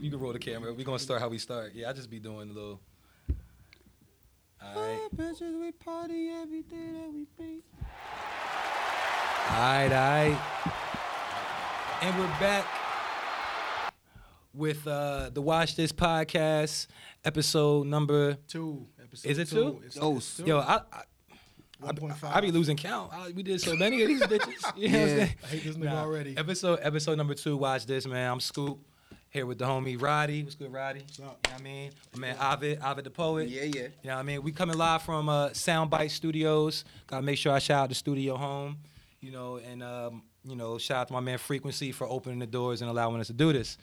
you can roll the camera. We're gonna start how we start. Yeah, I just be doing a little. All right. bitches, we party every day that we beat. All right, all right. And we're back with uh the Watch This podcast episode number. Two. Episode Is it two? It's, Oh, it's two. Yo, I I, one point five. I be losing count. I, we did so many of these bitches. You know what I'm Yeah. saying? I hate this nigga Nah. already. Episode episode number two. Watch this, man. I'm Scoop here with the homie Roddy. What's good, Roddy? What's up? You know what I mean? My man Ovid, Ovid the poet. Yeah, yeah. You know what I mean? We coming live from uh, Soundbite Studios. Gotta make sure I shout out the studio home. You know, and um, you know, shout out to my man Frequency for opening the doors and allowing us to do this.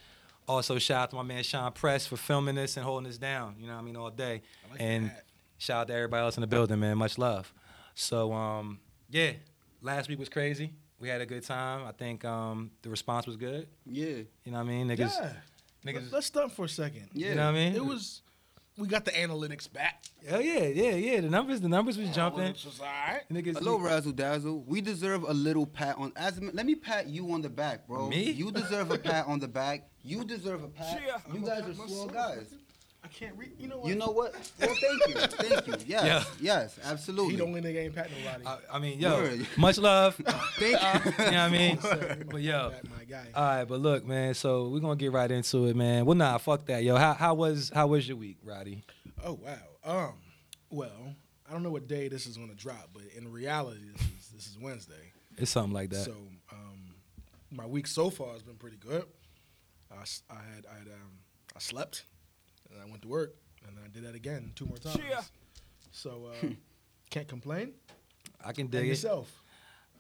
Also, shout out to my man Sean Press for filming this and holding us down. You know what I mean? All day. I like and that. shout out to everybody else in the building, man. Much love. So, um, yeah, last week was crazy. We had a good time. I think um, the response was good. Yeah. You know what I mean? Niggas, yeah. niggas. Let- Let's stop for a second. Yeah. You know what I mean? It was. We got the analytics back. Oh yeah, yeah, yeah. The numbers, the numbers was jumping. Which was all right. Niggas, A little razzle dazzle. We deserve a little pat on. As a ma- let me pat you on the back, bro. Me? You deserve a pat on the back. You deserve a pat. Yeah, you I'ma guys pat are swell myself. guys. I can't read. You know what? You know what? Well, thank you, thank you. Yes, Yeah. yes, He absolutely. the only nigga ain't pat nobody. Uh, I, I mean, yo, Word. much love. you thank you. know what I mean? Word. But yo, uh, Pat my guy. all right, but look, man. So we're gonna get right into it, man. Well, nah, fuck that, yo. How how was how was your week, Roddy? Oh wow. Um. Well, I don't know what day this is gonna drop, but in reality, this is, this is Wednesday. It's something like that. So, um, my week so far has been pretty good. I, s- I had I had um, I slept, and I went to work, and then I did that again two more times. So, uh, can't complain. I can And Hmm. dig it. yourself.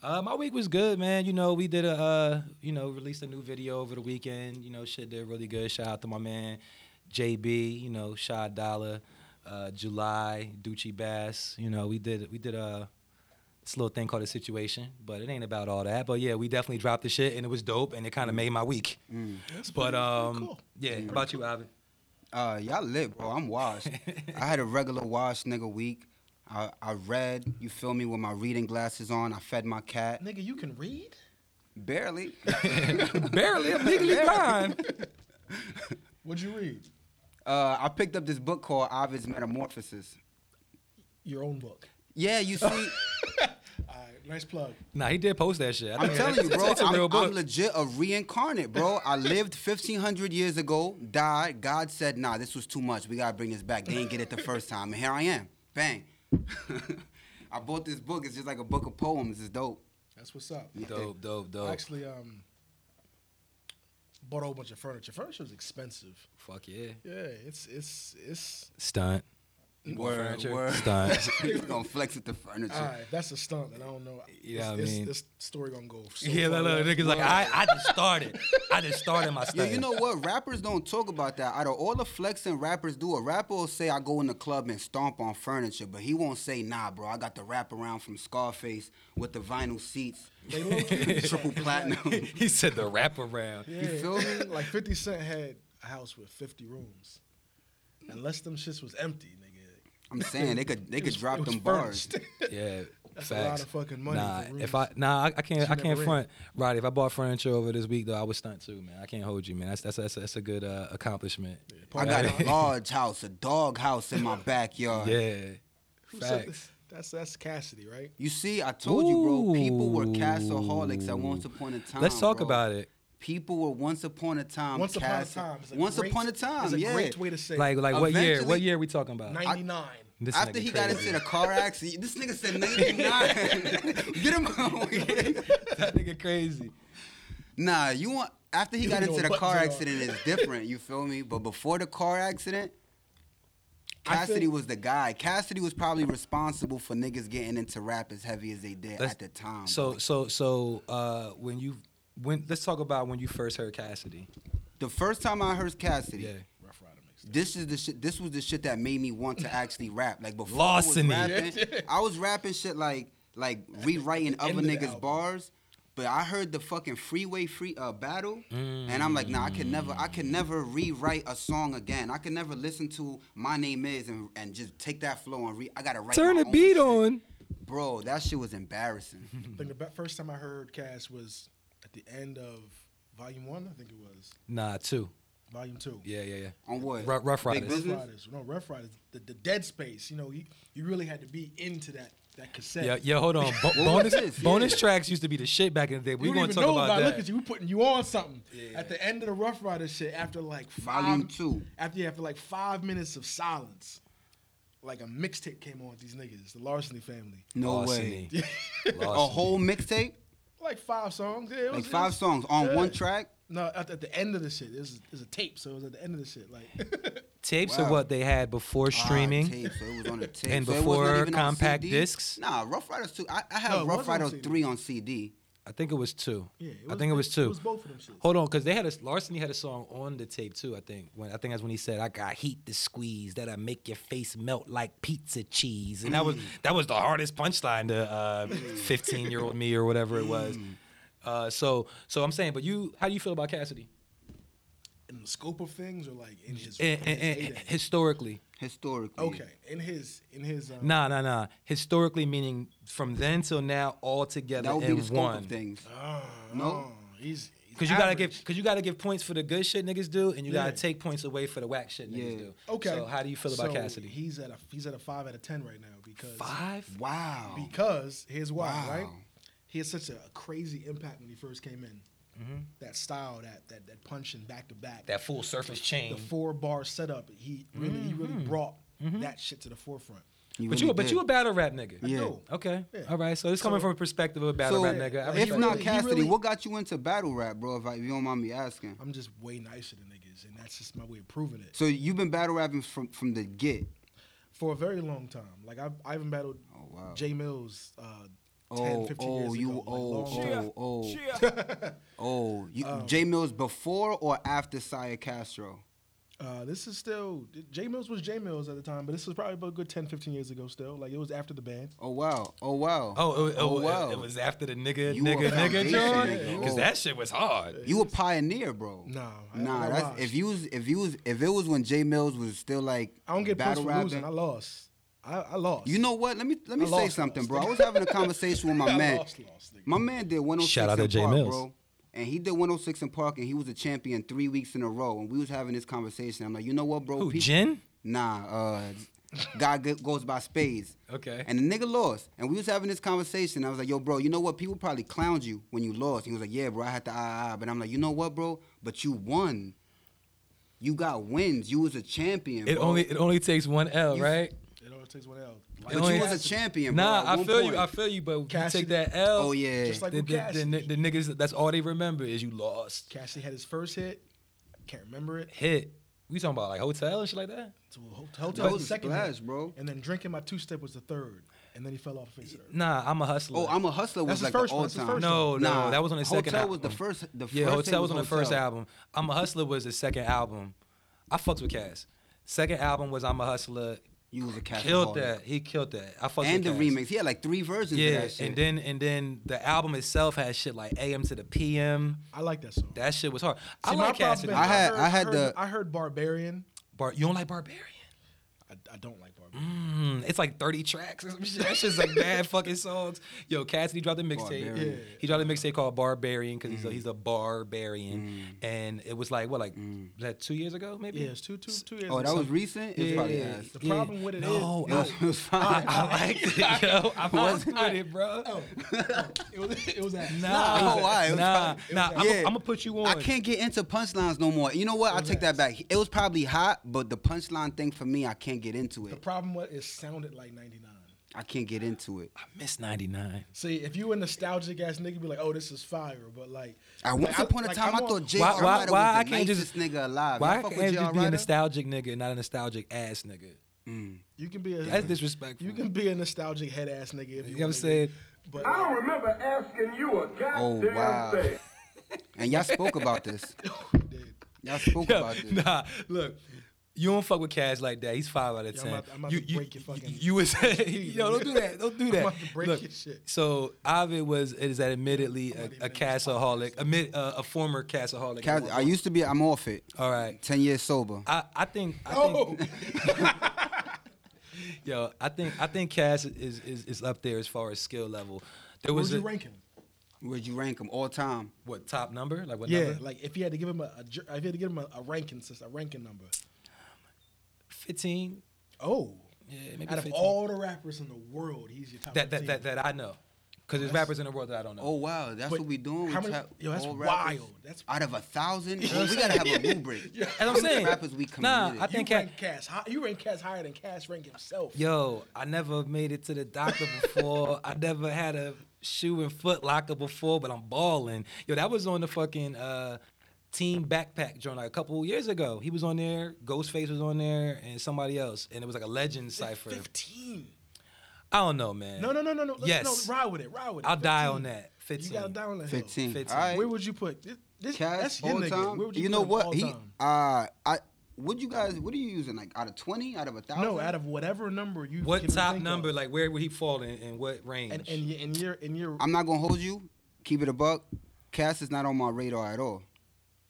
Uh, my week was good, man. You know, we did a, uh, you know, released a new video over the weekend. You know, shit did really good. Shout out to my man, JB. You know, Shad Dollar, uh, July, Ducci Bass. You know, we did we did a this little thing called a situation, but it ain't about all that. But yeah, we definitely dropped the shit, and it was dope, and it kind of made my week. But pretty- Oh, um, pretty cool. yeah, how about you, Ivan. Uh, y'all lit, bro. I'm washed. I had a regular wash, nigga, week. I, I read, you feel me, with my reading glasses on. I fed my cat. Nigga, you can read. Barely. Barely, I'm legally blind. What'd you read? Uh, I picked up this book called Ovid's Metamorphosis. Your own book. Yeah, you see, All right, nice plug. Nah, he did post that shit. I I'm think telling that's- you, bro, That's a I'm, real I'm book. legit a reincarnate, bro. I lived 1,500 years ago, died. God said, nah, this was too much. We got to bring this back. They didn't get it the first time. And here I am. Bang. I bought this book. It's just like a book of poems. It's dope. That's what's up. dope, dope, dope. I actually um bought a whole bunch of furniture. Furniture is expensive. Fuck yeah, Yeah, it's it's it's. stunt. Word, Furniture. word. Stunt. He's gonna flex with the furniture. All right, that's a stunt, and I don't know. Yeah, I this, mean- this, this story gonna go. So yeah, far look, look, left. niggas like I, I just started. I just started my Yeah, stuff. you know what? Rappers don't talk about that. Out of all the flexing rappers do, a rapper will say, I go in the club and stomp on furniture, but he won't say, nah, bro, I got the wraparound from Scarface with the vinyl seats, They low-key- triple platinum. he said the wrap around. Yeah, feel me? Like Fifty Cent had a house with fifty rooms. Unless them shits was empty, nigga. I'm saying, they could they It could was- drop it was them bars. furnished. Yeah, That's a lot facts. of fucking money Nah, for if I rooms. nah, I, I can't, She I can't never in. front. Roddy, if I bought furniture over this week though, I would stunt too, man. I can't hold you, man. That's that's that's, that's a good uh, accomplishment. I got a large house, a dog house in my backyard. Yeah, Who said facts. this? That's that's Cassidy, right? You see, I told you, bro, people were Ooh. casaholics at once upon a time. Let's talk bro. about it. People were once upon a time. Once upon a casa- time. is a Once great- upon a time. Is a yeah. great way to say. Like like what year? What Eventually- year we talking about? ninety nine. This After nigga he got crazy. into the car accident, this nigga said 99. Get him out. that nigga crazy. nah, you want after he You got know into the what car to- accident is different, you feel me? But before the car accident, I Cassidy feel- was the guy. Cassidy was probably responsible for niggas getting into rap as heavy as they did Let's- at the time. So so so uh, when you when let's talk about when you first heard Cassidy. the first time I heard Cassidy, Yeah. Rough Rider mixtape. this is the shit. This was the shit that made me want to actually rap. Like before, Larceny. I was rapping, I was rapping shit like like rewriting end other of the niggas' album. bars. But I heard the fucking freeway free uh, battle, and I'm like, nah, I can never, I can never rewrite a song again. I can never listen to my name is and, and just take that flow and re. I gotta write. Turn my the own beat shit. on. bro. That shit was embarrassing. I think the be- first time I heard Cass was at the end of Volume One. I think it was. Nah, two. Volume Two. Yeah, yeah, yeah. On what? Rough, rough Big Riders. Rough Business? Riders, no Rough Riders, the, the Dead Space. You know, you, you really had to be into that that cassette. Yeah, yeah. Hold on. Bo- What was bonus, this? bonus tracks used to be the shit back in the day. We We're don't gonna even talk know about about. it. that. Look at you. We putting you on something at the end of the Rough Rider shit. After like five, Volume two. After yeah, after like five minutes of silence, like a mixtape came on with these niggas, the Larceny family. No Larceny. way. Larceny. A whole mixtape, Like five songs. Yeah, it like was, five songs on yeah. one track. No, at, at the end of the shit, it was, it was a tape, so it was at the end of the shit. Like, tapes Wow. of what they had before streaming. Ah, tape, so it was on a tape. And So it wasn't before even on compact CD? discs? Nah, Rough Riders two. I, I No, have it Rough was on Riders CD. three on CD. I think it was two. Yeah, it I was- think it was two. it was both of them shits. Hold on, because they had a Larceny had a song on the tape too. I think when I think that's when he said, "I got heat to squeeze that'll make your face melt like pizza cheese," and that was that was the hardest punchline to fifteen year old me or whatever it was. Uh, so so I'm saying, but you, how do you feel about Cassidy in the scope of things, or like in his, Eh, eh, in eh, his heyday? historically? Historically, Okay, in his in his. Um, Nah, nah, nah. Historically, meaning from then till now, all together that would in be the scope one. of things. no, No. he's he's Cause you gotta average. give, cause you gotta give points for the good shit niggas do, and you Yeah. gotta take points away for the whack shit niggas Yeah. do. Okay. So how do you feel about So Cassidy? He's at a he's at a five out of ten right now because Five. Wow. because here's why Wow. right. He had such a crazy impact when he first came in. That style, that that that punching back to back, Mm-hmm. That full surface the chain. four bar setup. He really he Mm-hmm. really brought that shit to the forefront. but you, really but did. you a battle rap nigga. I Yeah. know. Okay. Yeah. All right. So it's coming So- from a perspective of a battle So, rap nigga. I if respect not it. He Cassidy, really- what got you into battle rap, bro? If, I, if you don't mind me asking. I'm just way nicer than niggas, and that's just my way of proving it. So you've been battle rapping from from the get. For a very long time, like I've I even battled Oh, wow. J Mills uh, 10, Oh, 15 oh, years you ago. like, old, long time. Um, oh, oh, oh, you J Mills before or after Saya Castro? Uh, this is still J Mills was J Mills at the time, but this was probably about a good 10, 15 years ago. Still, like it was after the band. Oh wow, oh wow, Oh, it, oh, oh it- wow. It, was after the nigga, You nigga, a nigga, foundation John. nigga. Because Oh. that shit was hard. you a pioneer, bro. No, I- nah. I that's lost. if you was if you was if it was when J Mills was still like I don't get punched battle for losing. rapping. I lost. I, I lost. You know what? Let me let me I say lost, something, lost, bro. I nigga. was having a conversation with my I man. lost, lost, nigga. My man did 106 Shout out to in Jay Park, Mills. bro. And he did 106 in Park, and he was a champion three weeks in a row. And we was having this conversation. I'm like, you know what, bro? Who? People- Jin? Nah, uh, guy go- goes by spades. Okay. And the nigga lost. And we was having this conversation. I was like, yo, bro, you know what? People probably clowned you when you lost. He was like, yeah, bro, I had to ah, ah. But I'm like, you know what, bro? But you won. You got wins. You was a champion. It bro. only it only takes one L, You- right? it always takes one out. It But only- you was a champion, bro. Nah, at I one feel point. you. I feel you. But Cassidy- you take that L. Oh yeah. Just like The, with the, the, Cassidy. the niggas, that's all they remember is you lost. Cassidy had his first hit. Can't remember it. Hit. We talking about like hotel and shit like that? To a ho- hotel That was was the a second splash, hit, bro. And then drinking my two step was the third. And then he fell off the face of the earth. Nah, I'm a hustler. Oh, I'm a hustler was That's like the first the one, all that's the time. first No, no, that was on the second Hotel album. was the first. The yeah, first Hotel thing was on the first Hotel. album. I'm a Hustler was the second album. I fucked with Cass. Second album was I'm a Hustler. You was a Cass Killed Mahal. that. He killed that. I fucked And the with Cass. remix. He had like three versions of Yeah, that shit. and then and then the album itself had shit like AM to the PM. I like that song. That shit was hard. I See, my like problem Cassidy. been I had- heard- I had heard- the- I heard Barbarian. Bar- you don't like Barbarian? I, I don't like Barbarian. Mm, it's like 30 tracks. or some shit. That shit's like bad fucking songs. Yo, Cassidy dropped a mixtape. Barbarian. Yeah. He dropped a mixtape called Barbarian because he's a, he's a barbarian, and it was like what like was that two years ago maybe? Yeah, it's two, two, two years. Oh, or that was something. recent. It was probably ass. The problem with it no, is- I- It was fine. I liked it, yo. I was with it, bro. Oh, it was it was that. Nah, Nah, oh, all right, it was nah, fine. It nah. was I'm fine. Yeah. gonna put you on. I can't get into punchlines no more. You know what? I take that back. It was probably hot, but the punchline thing for me, I can't get into The it. problem was it sounded like '99. I can't get into it. I miss '99. See, if you a nostalgic ass nigga, be like, "Oh, this is fire," but like, I like, once upon a like, I'm time, I on- thought J. Why- Why, why- was why the I can't nicest just- nigga alive. Why I fuck can't with you J. just be a Ryder? nostalgic nigga, and not a nostalgic ass nigga? you can be a That's disrespectful. You can be a nostalgic head ass nigga if you, You know want what I'm to saying? be. But I don't remember asking you a Oh, goddamn wow. thing. And y'all spoke about this. dude, Y'all spoke Yo, about this. nah, look. You don't fuck with Cash like that. He's five out of Yo, ten. I'm about- I'm about you, to you- break your fucking- you- You was yo, don't do that. Don't do I'm that. about to break Look, your shit. So Ovid was is that admittedly I'm not a, even a in this casaholic, admit uh, a former casaholic. Cas- I used to be. I'm off it. All right. Ten years sober. I, I think. I Oh. think yo, I think I think Cass is, is is up there as far as skill level. There where'd was you a- rank him? Where'd you rank them all time? What top number? Like what yeah, number? like if you had to give him a, a ju- if you had to give him a, a ranking system, a ranking number. fifteen. Oh, Yeah, maybe out of 15. all the rappers in the world, he's your top. that that 15. that, that I know, because there's rappers in the world that I don't know. Oh wow, that's But what we doing. how with many- tap- yo, that's all rappers? wild. That's- out of a thousand. Bro, we gotta have a rubric. Yeah. As I'm How many saying, rappers we nah, committed? I think you Cat. rank Cass. High, you rank Cass higher than Cass rank himself. Yo, I never made it to the doctor before. I never had a shoe and foot locker before, but I'm balling. Yo, that was on the fucking uh, team backpack joint like a couple years ago. He was on there, Ghostface was on there, and somebody else, and it was like a legend cipher. Fifteen. I don't know, man. No, no, no, no, no. Let's, Yes. No, ride with it. Ride with it. I'll die 15. on that. You 15. gotta die on that. hill. 15. 15. All right. Where would you put this? this Cass, that's your all nigga. time. Where would you, you, put know him all what? He, uh, time? I. What you guys? What are you using? Like out of twenty? Out of a thousand? no, out of whatever number you. What can top think number? Of. Like, where would he fall in, in what range? and and your and your and your. I'm not gonna hold you. Keep it a buck. Cass is not on my radar at all.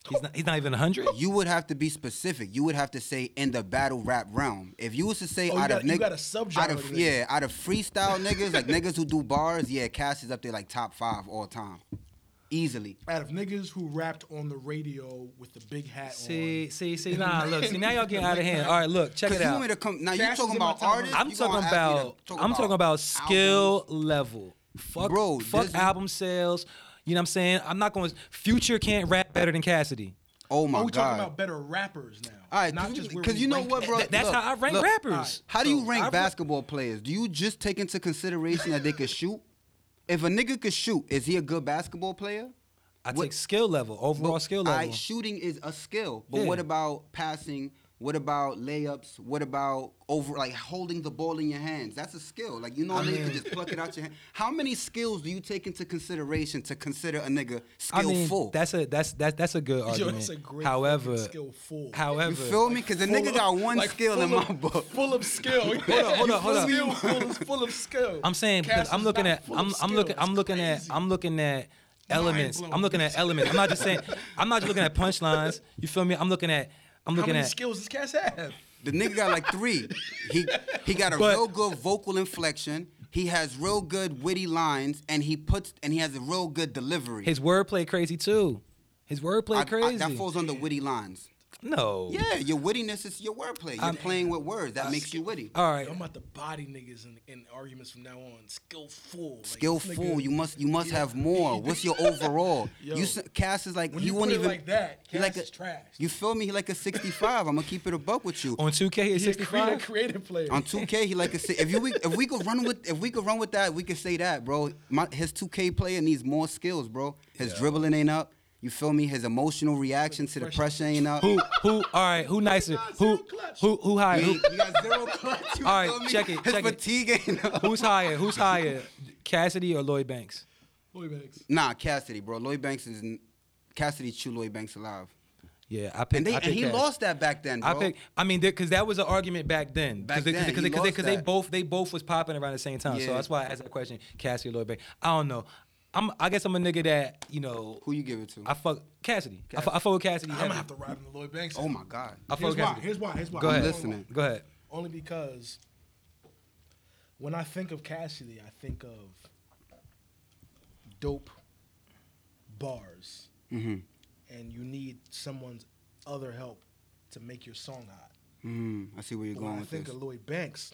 he's, not, he's not even 100? You would have to be specific. You would have to say in the battle rap realm. If you was to say Oh, you out of got- you nigg- got a subgenre out of of niggas. yeah, out of freestyle niggas like niggas who do bars, yeah, Cass is up there like top five all time, easily. out of niggas who rapped on the radio with the big hat See, on. see, see. Nah, look. See, now y'all getting out of hand. All right, look. Check Cause it you out. want me to come now? Cass You is talking in my about top artists? hundred. I'm You gonna talking ask me to about talk I'm talking about skill albums? Oh, level. Fuck, Bro, fuck this- album sales. You know what I'm saying? I'm not going. to Future can't rap better than Cassidy. Oh my Are we god! talking about better rappers now? All right, not cause- just where cause we you know rank what, them. bro? Th- that's look, how I rank look. rappers. Alright. How do So, you rank I- basketball players? Do you just take into consideration that they could shoot? If a nigga could shoot, is he a good basketball player? I What- take skill level, overall But, skill all level. right, shooting is a skill, but Yeah. what about passing? What about layups? What about over like holding the ball in your hands? That's a skill. Like you know, a nigga can just pluck it out your hand. How many skills do you take into consideration to consider a nigga I mean, skillful? that's a that's that's that's a good Yo, argument. that's a great however, fucking skillful. however, you feel me? Because the nigga got one skill in my book. Full of skill. on, hold hold on, hold on. Skill, full, of, full of skill. I'm saying Cass because I'm is looking not at full of I'm I'm skill. looking I'm It's looking at crazy. I'm looking at elements. blowing. I'm looking at elements. I'm not just saying I'm not just looking at punchlines. You feel me? I'm looking at I'm How looking many at skills does Cass have? The nigga got like three. He he got a But- real good vocal inflection. He has real good witty lines, and he puts and he has a real good delivery. His wordplay crazy too. His wordplay I- I- crazy. that falls under witty lines. no. Yeah, your wittiness is your wordplay. You're playing with words. That makes you witty. All I'm right. about to body niggas in, in arguments from now on. Skillful. Like, Skillful. this nigga- you must you must Yeah. have more. What's your overall? Yo. you s- Cass is like When he you won't put it even like that, he Cass like a, is trash. You feel me? He like a 65. I'm gonna keep it a buck with you. On 2K it's He's a creative, 65. creative player. On 2K, he like to say if you we- if we could run with if we could run with that, we could say that, bro. My, his 2K player needs more skills, bro. His dribbling ain't up. You feel me? His emotional reaction to the pressure ain't up. Who who all right, who nicer? got Who zero clutch. who who higher? He, Who, he got zero clutch. You All right, feel me? check it, His check it. fatigue ain't up. who's higher? Who's higher? Cassidy or Lloyd Banks? Boy, Banks. Nah, Cassidy, bro. Lloyd Banks is n- Cassidy chew Lloyd Banks alive. Yeah, I picked And they I and picked he Cass. lost that back then, bro. I pick. I mean, because that was an argument back then. Back they, then, because he they, 'cause they, lost 'cause they that. both they both was popping around the same time. So Yeah. that's why I asked that question. Cassidy or Lloyd Banks. I don't know. I'm. I guess I'm a nigga that you know. Who you give it to? I fuck Cassidy. I, fuck, I fuck with Cassidy. I'm heavy. gonna have to ride on the Lloyd Banks. oh my God. I fuck Here's with why. Cassidy. Here's why. Here's why. Go ahead. Here's why. listening. Go ahead. Only because when I think of Cassidy, I think of dope bars, Mm-hmm. and you need someone's other help to make your song hot. Mm, I see where you're But when going I with think this. Mm-hmm. of Lloyd Banks,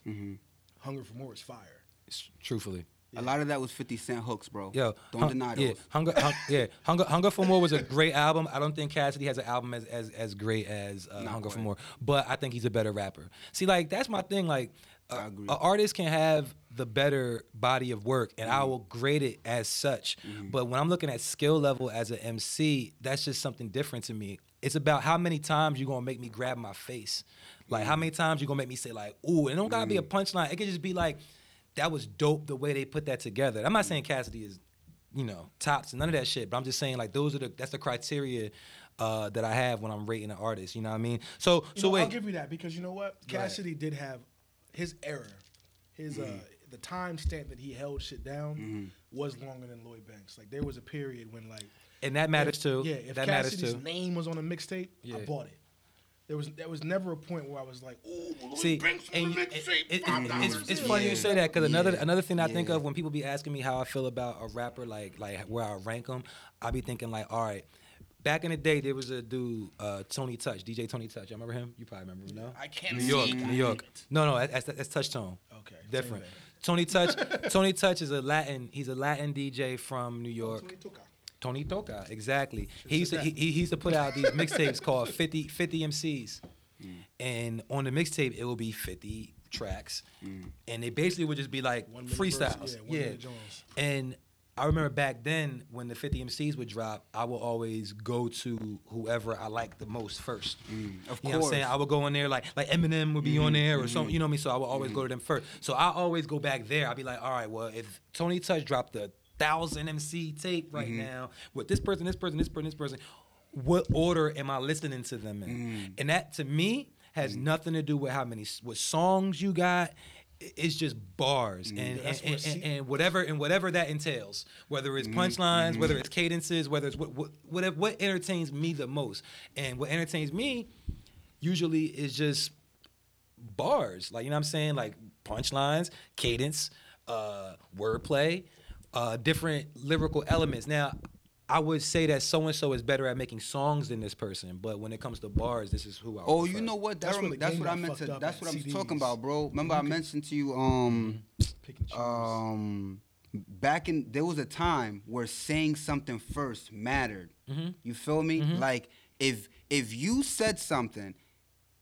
"Hunger for More" is fire. It's- Truthfully. A lot of that was 50 Cent hooks, bro. Yo, don't Hun- deny yeah, those. Hunger, Hun- yeah, Hunger, Hunger for More was a great album. I don't think Cassidy has an album as as, as great as uh, Hunger for quite. More, but I think he's a better rapper. See, like that's my thing. Like, a, I agree. a artist can have the better body of work, and Mm-hmm. I will grade it as such. But when I'm looking at skill level as an MC, that's just something different to me. It's about how many times you're gonna make me grab my face, like Mm-hmm. how many times you're gonna make me say like, "Ooh," and it don't gotta be a punchline. It could just be like. That was dope the way they put that together. I'm Mm-hmm. not saying Cassidy is you know, tops and none of that shit. But I'm just saying, like, those are the that's the criteria uh, that I have when I'm rating an artist. You know what I mean? So, You so know, wait, I'll give you that because you know what? Cassidy did have his error. His uh Mm-hmm. the time stamp that he held shit down was longer than Lloyd Banks. Like there was a period when like and that matters if- too. Yeah, if that matters Cassidy's too. name was on a mixtape, Yeah. I bought it. There was there was never a point where I was like, "Ooh, let me See, bring some and of you- that it- shit, it- five it's, dollars it's in." funny you say that because another Yeah. another thing I think Yeah. of when people be asking me how I feel about a rapper, like like where I rank them, I be thinking like, all right, back in the day there was a dude, uh, Tony Touch, DJ Tony Touch. You remember him? You probably remember him, no? I can't New see York, that. New York. No, no, that's, that's Touch Tone. Okay, same different. thing. Tony Touch, Tony Touch is a Latin. He's a Latin DJ from New York. Tony Tuca. Tony Toka, exactly. He said used, to, that. he, he used to put out these mixtapes called 50, 50 MCs. Mm. And on the mixtape, it will be 50 tracks. And they basically would just be like Mm. One minute verse, freestyles. yeah, one minute joints. And I remember back then when the 50 MCs would drop, I would always go to whoever I liked the most first. Mm, of You know what I'm saying? course. Mm-hmm, I would go in there like like Eminem would be on there or something. You know me, so I would always go to them first. So I always go back there. I'd be like, all right, well, if Tony Touch dropped the thousand MC tape right Mm-hmm. now with this person, this person, this person, this person, what order am I listening to them in? Mm. And that to me has nothing to do with how many s- what songs you got. I- It's just bars Mm. and, That's and, what and, se- and- and whatever and whatever that entails, whether Mm-hmm, it's punchlines, whether it's cadences, whether it's what, what whatever what entertains me the most, and what entertains me usually is just bars. Like you know what I'm saying? Like punchlines, cadence, uh, wordplay, uh, different lyrical elements. Now, I would say that so and so is better at making songs than this person, but when it comes to bars, this is who I. Oh, prefer. you know what? That's That's when what, the that's game what got I meant fucked to. up That's at what I was CDs. talking about, bro. Remember I mentioned to you, um, Pick and choose. um, back in there was a time where saying something first mattered. You feel me? Like if if you said something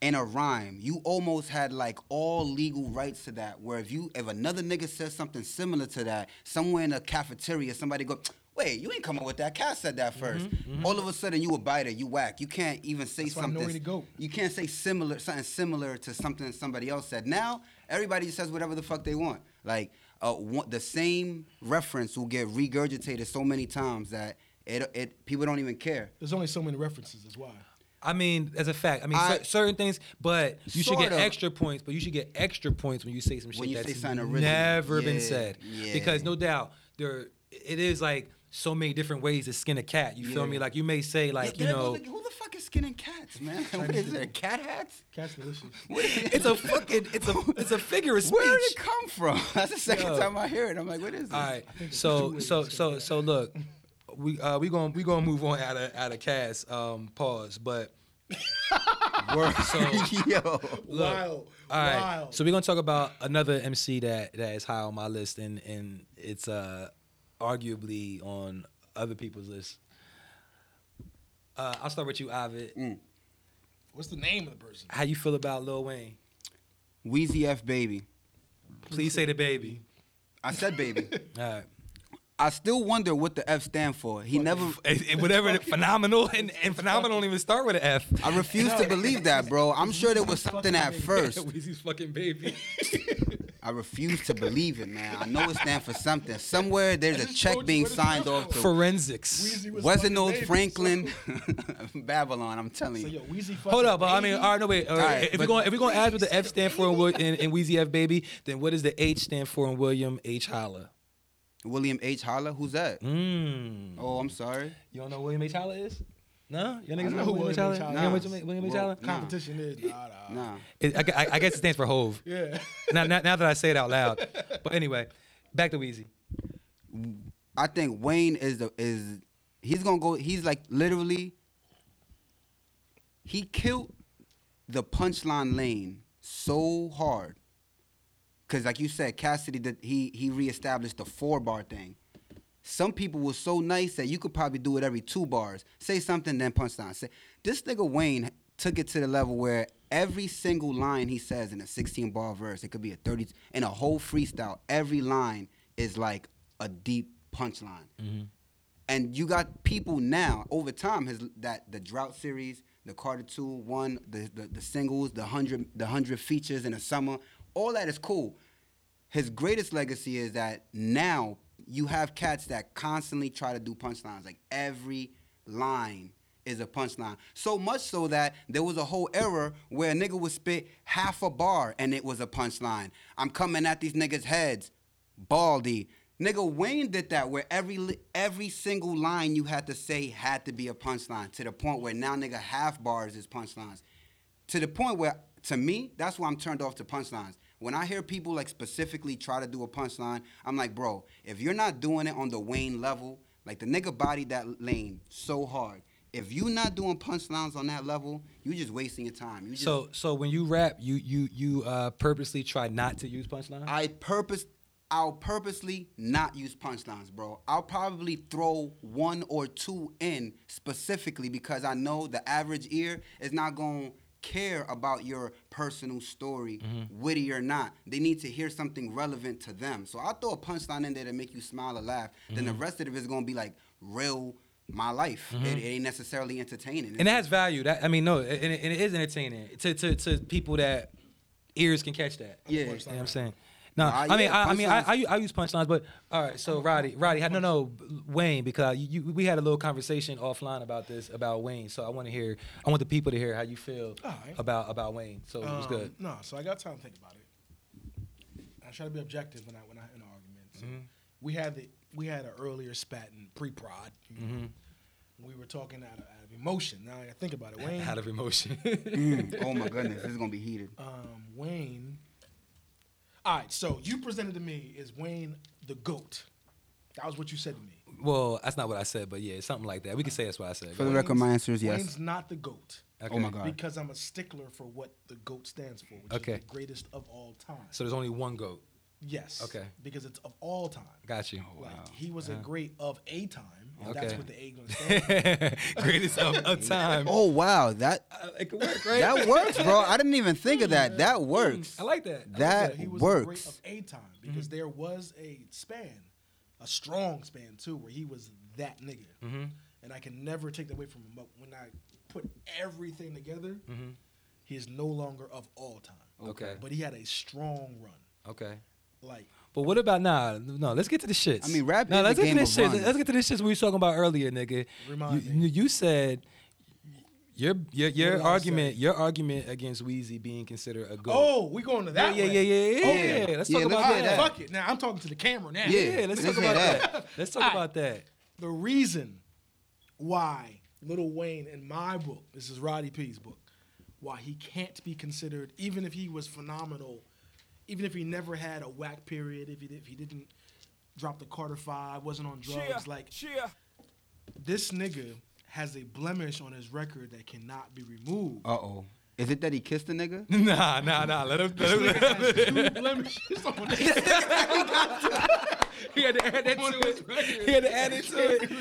in a rhyme, you almost had like all legal rights to that. Where if you if another nigga says something similar to that, somewhere in a cafeteria, somebody go. Wait, you ain't come up with that. Cat said that 1st All of a sudden, you a biter, you whack. You can't even say That's why I know something. where to go. You can't say similar something similar to something somebody else said. Now everybody says whatever the fuck they want. Like uh, one, the same reference will get regurgitated so many times that it it people don't even care. There's only so many references. That's why. I mean, as a fact. I mean, I- cer- certain things, but you should get Sorta. extra points. But you should get extra points when you say some shit you that's say something original. never been Yeah, said. yeah. Because no doubt there, it is like so many different ways to skin a cat. You feel Yeah. me? Like you may say like Yeah, you there know. goes the- who the fuck is skinning cats, man? what is it? Cat hats? Cat's delicious. What is It's a fucking. It's a. It's a figure of speech. Where did it come from? That's the second Yo. time I hear it. I'm like, what is this? All right. it's two So ways so to so get so look, we uh we going to we going to move on out of out of cast um pause, but Word. So- Yo. Look, All Wild. right. Wild. So we're gonna talk about another MC that that is high on my list, and and it's uh arguably on other people's list. Uh, I'll start with you, Ovid. What's the name of the person? How you feel about Lil Wayne? Wheezy F baby. Please say the baby. I said baby. All right. I still wonder what the F stand for. He never It, it- whatever, the phenomenal, and, and phenomenal don't even start with an F. I refuse to believe that, bro. I'm sure there was something at first. Weezy's fucking baby. I refuse to believe it, man. I know it stands for something. Somewhere there's a just check told being you what it signed stands off to. Forensics. Weezy was Wasn't fucking no babies. Franklin, Babylon. I'm telling So you. yo, Weezy. Hold fucking up, but I mean, baby. all right, no wait. all right, All right, if but- we're going, if we're going to ask what the F stand for in, Wil- in, in Weezy F Baby, then what does the H stand for in William H Holla? William H. Holler, who's that? Mm. Oh, I'm sorry. You don't know who William H Holla is? No, you niggas know know who who William H William Holla. H. You Holla know is. William H- William H Well, Holla. nah. competition is. Nah, nah. Nah. It- I, gu- I- I guess it stands for Hove. Yeah. Now, now, now that I say it out loud, but anyway, back to Weezy. I think Wayne is the is he's gonna go. He's like literally. He killed the punchline lane so hard, cause like you said, Cassidy did he he reestablished the four bar thing. Some people were so nice that you could probably do it every two bars. Say something, then punchline. Say this nigga Wayne took it to the level where every single line he says in a 16 bar verse, it could be a 30 in a whole freestyle. Every line is like a deep punchline. And you got people now over time has that the drought series, the Carter Two One, the, the the singles, the hundred the hundred features in the summer, all that is cool. His greatest legacy is that now you have cats that constantly try to do punchlines. Like every line is a punchline. So much so that there was a whole era where a nigga would spit half a bar and it was a punchline. I'm coming at these niggas' heads. Baldy. Nigga, Wayne did that where every li- every single line you had to say had to be a punchline to the point where now nigga half bars is punchlines. to the point where to me that's why i'm turned off to punchlines when i hear people like specifically try to do a punchline i'm like bro if you're not doing it on the wayne level like the nigga bodied that lane so hard if you not doing punchlines on that level you just wasting your time you just So so when you rap, you you you uh, purposely try not to use punchline. I purpose I'll purposely not use punchlines, bro. I'll probably throw one or two in specifically because I know the average ear is not going to care about your personal story, Mm-hmm. witty or not. They need to hear something relevant to them. So I'll throw a punchline in there to make you smile or laugh. Then Mm-hmm. the rest of it is going to be like real my life. It, it ain't necessarily entertaining. and it has value. That I mean, no, and it, and it is entertaining to, to to people that ears can catch that. Yeah. you know what I'm saying. No, Nah, I mean, yeah, I, I mean, I, punchlines. I, u- I use punchlines, but all right. So Roddy, Roddy, no, no, Wayne, because you, you, we had a little conversation offline about this about Wayne. So I want to hear, I want the people to hear how you feel All right. about about Wayne. So it was Um, Oh, good. No, so I got time to think about it. I try to be objective when I when I in arguments. Mm-hmm. We had the we had an earlier spat in pre-prod. you Mm-hmm. know. We were talking out of, out of emotion. Now I think about it, Um, Wayne. Out of emotion. Mm, oh my goodness, this is going to be heated. um, Wayne. All right, so you presented to me is Wayne the goat. That was what you said to me. well, that's not what I said, but yeah, something like that. We can say that's what I said. For the record, my answer is yes. Wayne's not the goat. Okay. Oh my God. Because I'm a stickler for what the goat stands for, which Okay. is the greatest of all time. So there's only one goat. yes. Okay. Because it's of all time. Got you. Like he was a great of a time. And That's Okay. what the A gonna stand. for. Greatest of, of time. Oh wow, that Uh, It could work, right? that works, bro. I didn't even think of that. That works. I like that. Mm-hmm. That he was a great works. of a time because there was a span, a strong span too, where he was that nigga. Mm-hmm. And I can never take that away from him. But when I put everything together, he is no longer of all time. Mm-hmm. Okay. But he had a strong run. Okay. Like But what about nah? No, let's get to the shits. I mean, rap No, is let's a get game to this of shit. runs. Let's get to this shits we was talking about earlier, nigga. Remind you, me. you said your your What your did I argument say? your argument against Weezy being considered a goat. Oh, we going to that yeah, yeah, way. yeah, yeah, Oh, yeah, Let's Yeah, talk let's about do that. that. Fuck it. Now I'm talking to the camera now. Yeah, let's, Let's talk hear about that. that. Let's talk about that. the reason why Little Wayne, in my book, this is Roddy P's book, why he can't be considered, even if he was phenomenal, even if he never had a whack period, if he did, if he didn't drop the Carter Five, wasn't on drugs, like this nigga has a blemish on his record that cannot be removed. Uh oh, is it that he kissed a nigga? Nah, nah, nah. Let him. Let him, let him Has two blemishes on his he had to add that to it. He had to add it to it.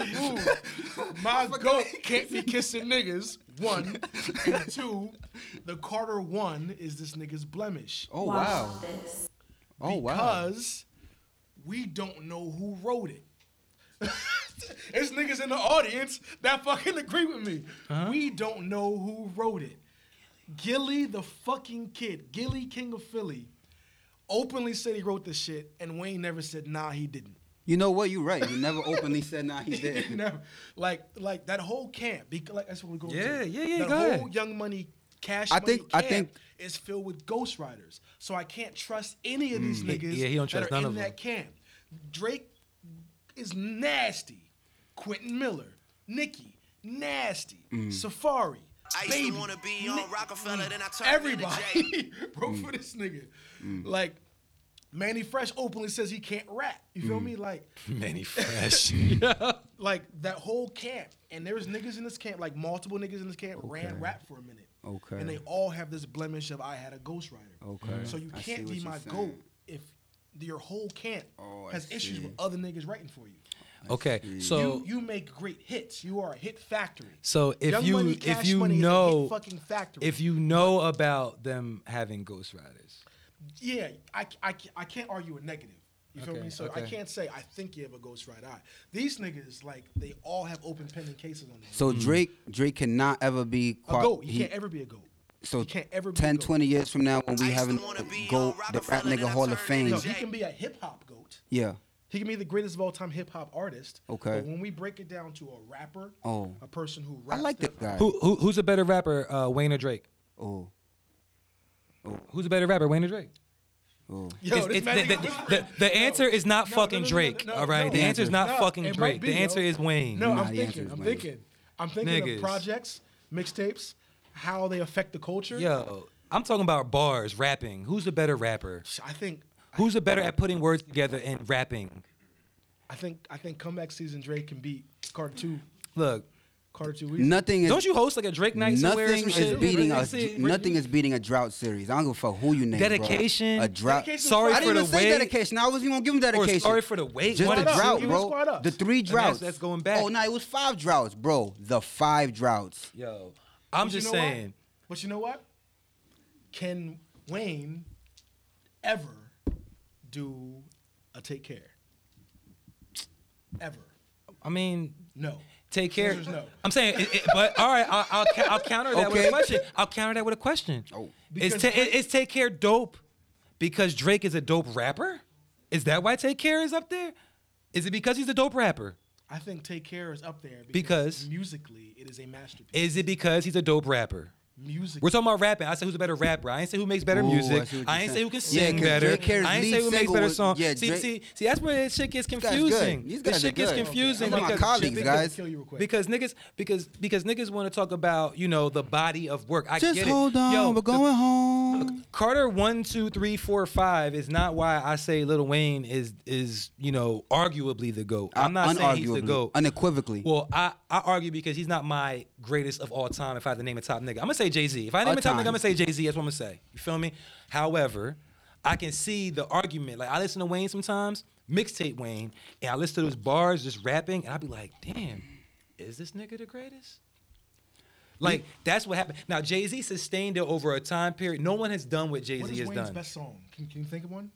Ooh, my goat can't be kissing niggas. One, and two, the Carter one is this nigga's blemish. Oh wow. this. Oh wow. because we don't know who wrote it. it's niggas in the audience that fucking agree with me. We don't know who wrote it. Gilly the fucking kid, Gilly King of Philly, openly said he wrote this shit, and Wayne never said nah he didn't. You know what? You're right. He never openly said nah. You He did. know, like like that whole camp. Be, like that's what we're going Yeah, to. yeah, yeah, That go whole ahead. Young Money Cash. I Money think- I camp think- is filled with ghostwriters. So I can't trust any of these niggas. Mm. yeah, he don't trust that are none in of that camp. Drake is nasty. Quentin Miller, Nicki, nasty. Mm. Safari. I used to Baby, wanna be on Rockefeller, then I turned into Everybody wrote for this nigga. Mm. Like, Manny Fresh openly says he can't rap. You Mm. feel me? Like, Manny Fresh. like that whole camp, and there's niggas in this camp, like multiple niggas in this camp, ran rap for a minute. Okay. And they all have this blemish of I had a ghostwriter. Okay. So you I see can't what be you're my saying. goat if your whole camp Oh, I has issues see. with other niggas writing for you. Okay, so you you make great hits. You are a hit factory. So if Young you Money, if Cash you Money is a hit know fucking factory. if you know about them having ghostwriters, yeah, I, I, I can't argue a negative. You feel Okay, me? So I okay. can't say I think you have a ghostwriter. I- These niggas like they all have open pending cases on them. So Drake, Drake cannot ever be. a qua- goat. You he- can't ever be a goat. so you can't ever be a 10, goat. 20 years from now, when I we used to having wanna be go on the rap Rockefeller, nigga then I Hall of turned Fame. into No, he Jay. can be a hip hop goat. Yeah. He can be the greatest of all time hip hop artist. Okay. But when we break it down to a rapper, Oh. a person who I raps like that that guy. who, who who's a better rapper, uh, Wayne or Drake? Oh. Who's a better rapper, Wayne or Drake? Oh. Yo, It's- this it's- man the, nigga the- whispering. the- the answer is not No, no, fucking no, no, Drake. no, no, all right, no. the answer is not No, fucking it might Drake. be, the answer yo. is Wayne. No, Nah, I'm the answer thinking. is I'm Wayne. thinking. I'm thinking Niggas. of projects, mixtapes, how they affect the culture. Yo, I'm talking about bars, rapping. Who's the better rapper? I think Who's the better at putting words together and rapping? I think I think comeback season Drake can beat Carter two. Look, Carter two. Weezy. Nothing is. don't you host like a Drake night somewhere? or some Nothing is shit? beating Like, a see, nothing is beating a drought series. I don't give a fuck who you name. bro. Dedication. A drought. Dedication Sorry I for didn't the even say wait. dedication. I wasn't even gonna give him dedication. sorry for the wait. Just What the else? drought, Even squad bro. ups. The three that's- drouts. that's going back. Oh no, it was five droughts, bro. The five droughts. Yo, I'm But you just know what? saying. But you know what? Can Wayne ever do a take care? Ever? I mean, No. take care. Answer's no. I'm saying, it, it- but all right, I'll, I'll, ca- I'll counter that with Okay. a question. I'll counter that with a question. Oh. is, Because ta- Drake- is take care dope because Drake is a dope rapper? Is that why take care is up there? Is it because he's a dope rapper? I think Take Care is up there Because- musically it is a masterpiece. Is it because he's a dope rapper? Music. We're talking about rapping. I say who's a better rapper. I ain't say who makes better Ooh, I music. see what I you're ain't say saying. who can Yeah, sing 'cause better. Drake Harris' I ain't lead say who makes single better was- songs. yeah, see, Drake- see, see, that's where this shit gets guys good. confusing. These This guys shit are gets good. confusing. Those are my because- colleagues, because- guys. Kill you real quick. Because niggas, because because niggas want to talk about you know the body of work. I Just get hold it. on. Yo, We're the- going home. Carter one two three four five is not why I say Lil Wayne is is you know arguably the goat. I'm not saying he's the Uh, Unarguably, goat. unequivocally. Well, I, I argue because he's not my greatest of all time. If I had to name a top nigga, I'm gonna say Jay Z. If I name All a top nigga, I'm time. gonna say Jay Z. That's what I'm gonna say. You feel me? However, I can see the argument. Like I listen to Wayne sometimes, mixtape Wayne, and I listen to those bars just rapping, and I be like, damn, is this nigga the greatest? Like that's what happened. Now Jay Z sustained it over a time period. No one has done what Jay what Z is has Wayne's done. best song? Can, can you think of one?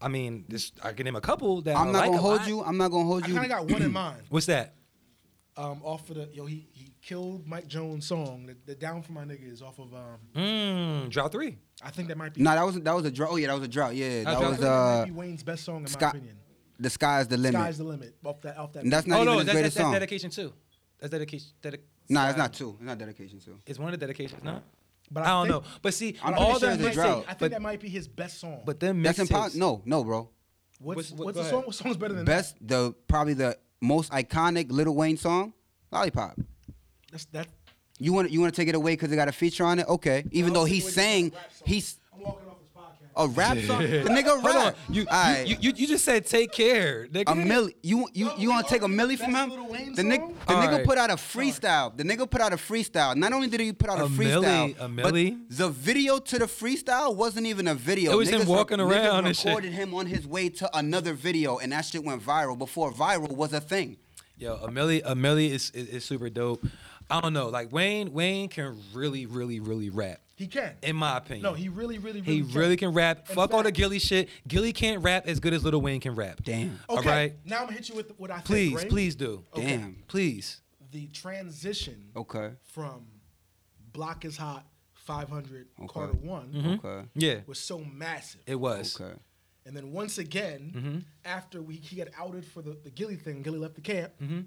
I mean, this I can name a couple that I I'm not like gonna a hold lot. you. I'm not gonna hold I you. kind of got one in mind. What's that? Um, off of the yo, he he killed Mike Jones' song. The, the down for my nigga is off of um. Mm, drop three. I think that might be. No, that was that was a drought. Oh yeah, that was a drought. That Yeah, that drought. I was think that might uh, be Wayne's best song in Scott- my opinion. the sky's the limit. Sky's the limit. Off that, off that. And that's not oh even no, that's, his that's, greatest that's song. dedication too. That's dedication. Dedic- Nah, it's not two. It's not dedication two. It's one of the dedications, no? But But I I, don't think- know. But see, I'm pretty all sure the it's a mixtape- drought. I think But that might be his best song. but then That's mixtapes. impossible. No, no, bro. what's what's- what- what's go the song? ahead. What song's better than Best the probably the most iconic Little Wayne song, Lollipop. That? That's that. You want you want to take it away because it got a feature on it? Okay. Even though he sang, Oh, he's I'm walking off his podcast. a rap song. The nigga Hold on. rap. You, you- Aight. you, you, you just said take care. Nigga. a milli. You you you want to take a milli That's from him? Lil Wayne's The nigga song? the nigga Alright. put out a freestyle. The nigga put out a freestyle. Not only did he put out a, A freestyle, milli- a but milli? the video to the freestyle wasn't even a video. It was him Niggas walking niggas around and shit. recorded him on his way to another video, and that shit went viral before viral was a thing. Yo, Amelie, Amelie is, is is super dope. I don't know. Like Wayne, Wayne can really, really, really rap. He can. In my opinion. No, he really, really, really He can. really can rap. In Fuck all the fact- Gilly shit. Gilly can't rap as good as Little Wayne can rap. Damn. All Okay, right. Now I'm gonna hit you with what I think. Please, right? please do. Okay. Damn. Please. The transition. Okay. From Block is Hot, 500, Okay. Carter One Mm-hmm. Okay. Yeah. was so massive. It was. Okay. And then once again, Mm-hmm. after we he got outed for the, the Gilly thing, Gilly left the camp. Mm-hmm.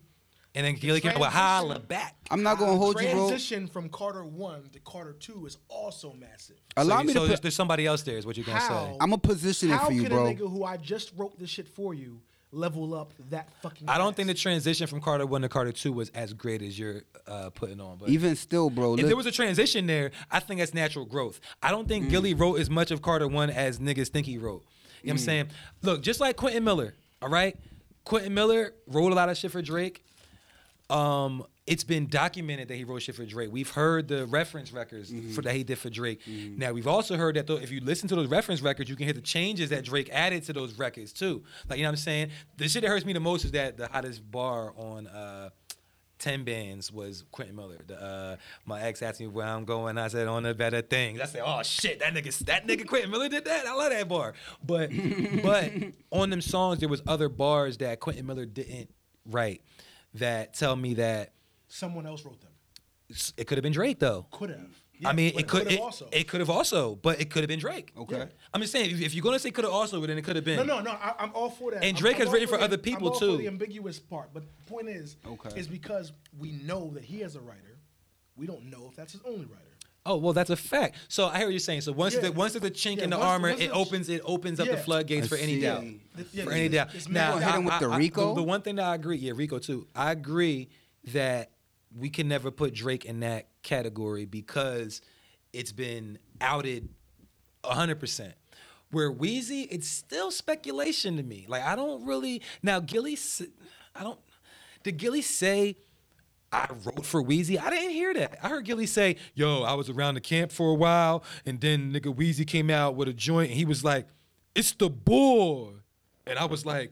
And then Gilly came out with transition- holla back. I'm not gonna The hold you, bro. transition from Carter One to Carter Two is also massive. Allow so you- me so to. there's, put, there's somebody else there is what you're gonna How? say. I'm gonna position it How for you, can bro. a nigga who I just wrote this shit for you level up that fucking? I don't fast? think the transition from Carter One to Carter Two was as great as you're uh, putting on. But Even still, bro. if Look, there was a transition there, I think that's natural growth. I don't think Gilly Mm. wrote as much of Carter One as niggas think he wrote. You know what I'm saying? Look, just like Quentin Miller, all right? Quentin Miller wrote a lot of shit for Drake. Um, it's been documented that he wrote shit for Drake. We've heard the reference records for, that he did for Drake. Now we've also heard that though, if you listen to those reference records, you can hear the changes that Drake added to those records too. Like you know what I'm saying? The shit that hurts me the most is that the hottest bar on uh, Ten Bands was Quentin Miller. The, uh, my ex asked me where I'm going. I said on the better things. I said, oh shit, that nigga, that nigga Quentin Miller did that. I love that bar. But but on them songs, there was other bars that Quentin Miller didn't write that tell me that someone else wrote them. s- it could have been Drake though. Could have. I mean, it could have it, also. it could have also, but it could have been Drake. Okay. Yeah. I'm just saying, if, if you're gonna say could have also, then it could have been. no, no, no. I, I'm all for that. And I'm- Drake I'm has all written for the- other people, I'm all For too. the ambiguous part, but the point is, Okay. is because we know that he is a writer. We don't know if that's his only writer. Oh well, that's a fact. So I hear what you're saying. So once Yeah. the once there's a chink Yeah, in the once- armor, once it it's- opens it opens up the Yeah. floodgates I for any see. doubt. Yeah, for any it's- doubt. it's Now mad- Hit him with the Rico? the, the one thing that I agree, yeah, Rico too. I agree that we can never put Drake in that category because it's been outed 100%. Where Wheezy, it's still speculation to me. Like, I don't really. Now, Gilly, s- I don't. Did Gilly say, I wrote for Wheezy? I didn't hear that. I heard Gilly say, Yo, I was around the camp for a while, and then nigga Wheezy came out with a joint, and he was like, It's the boy. And I was like,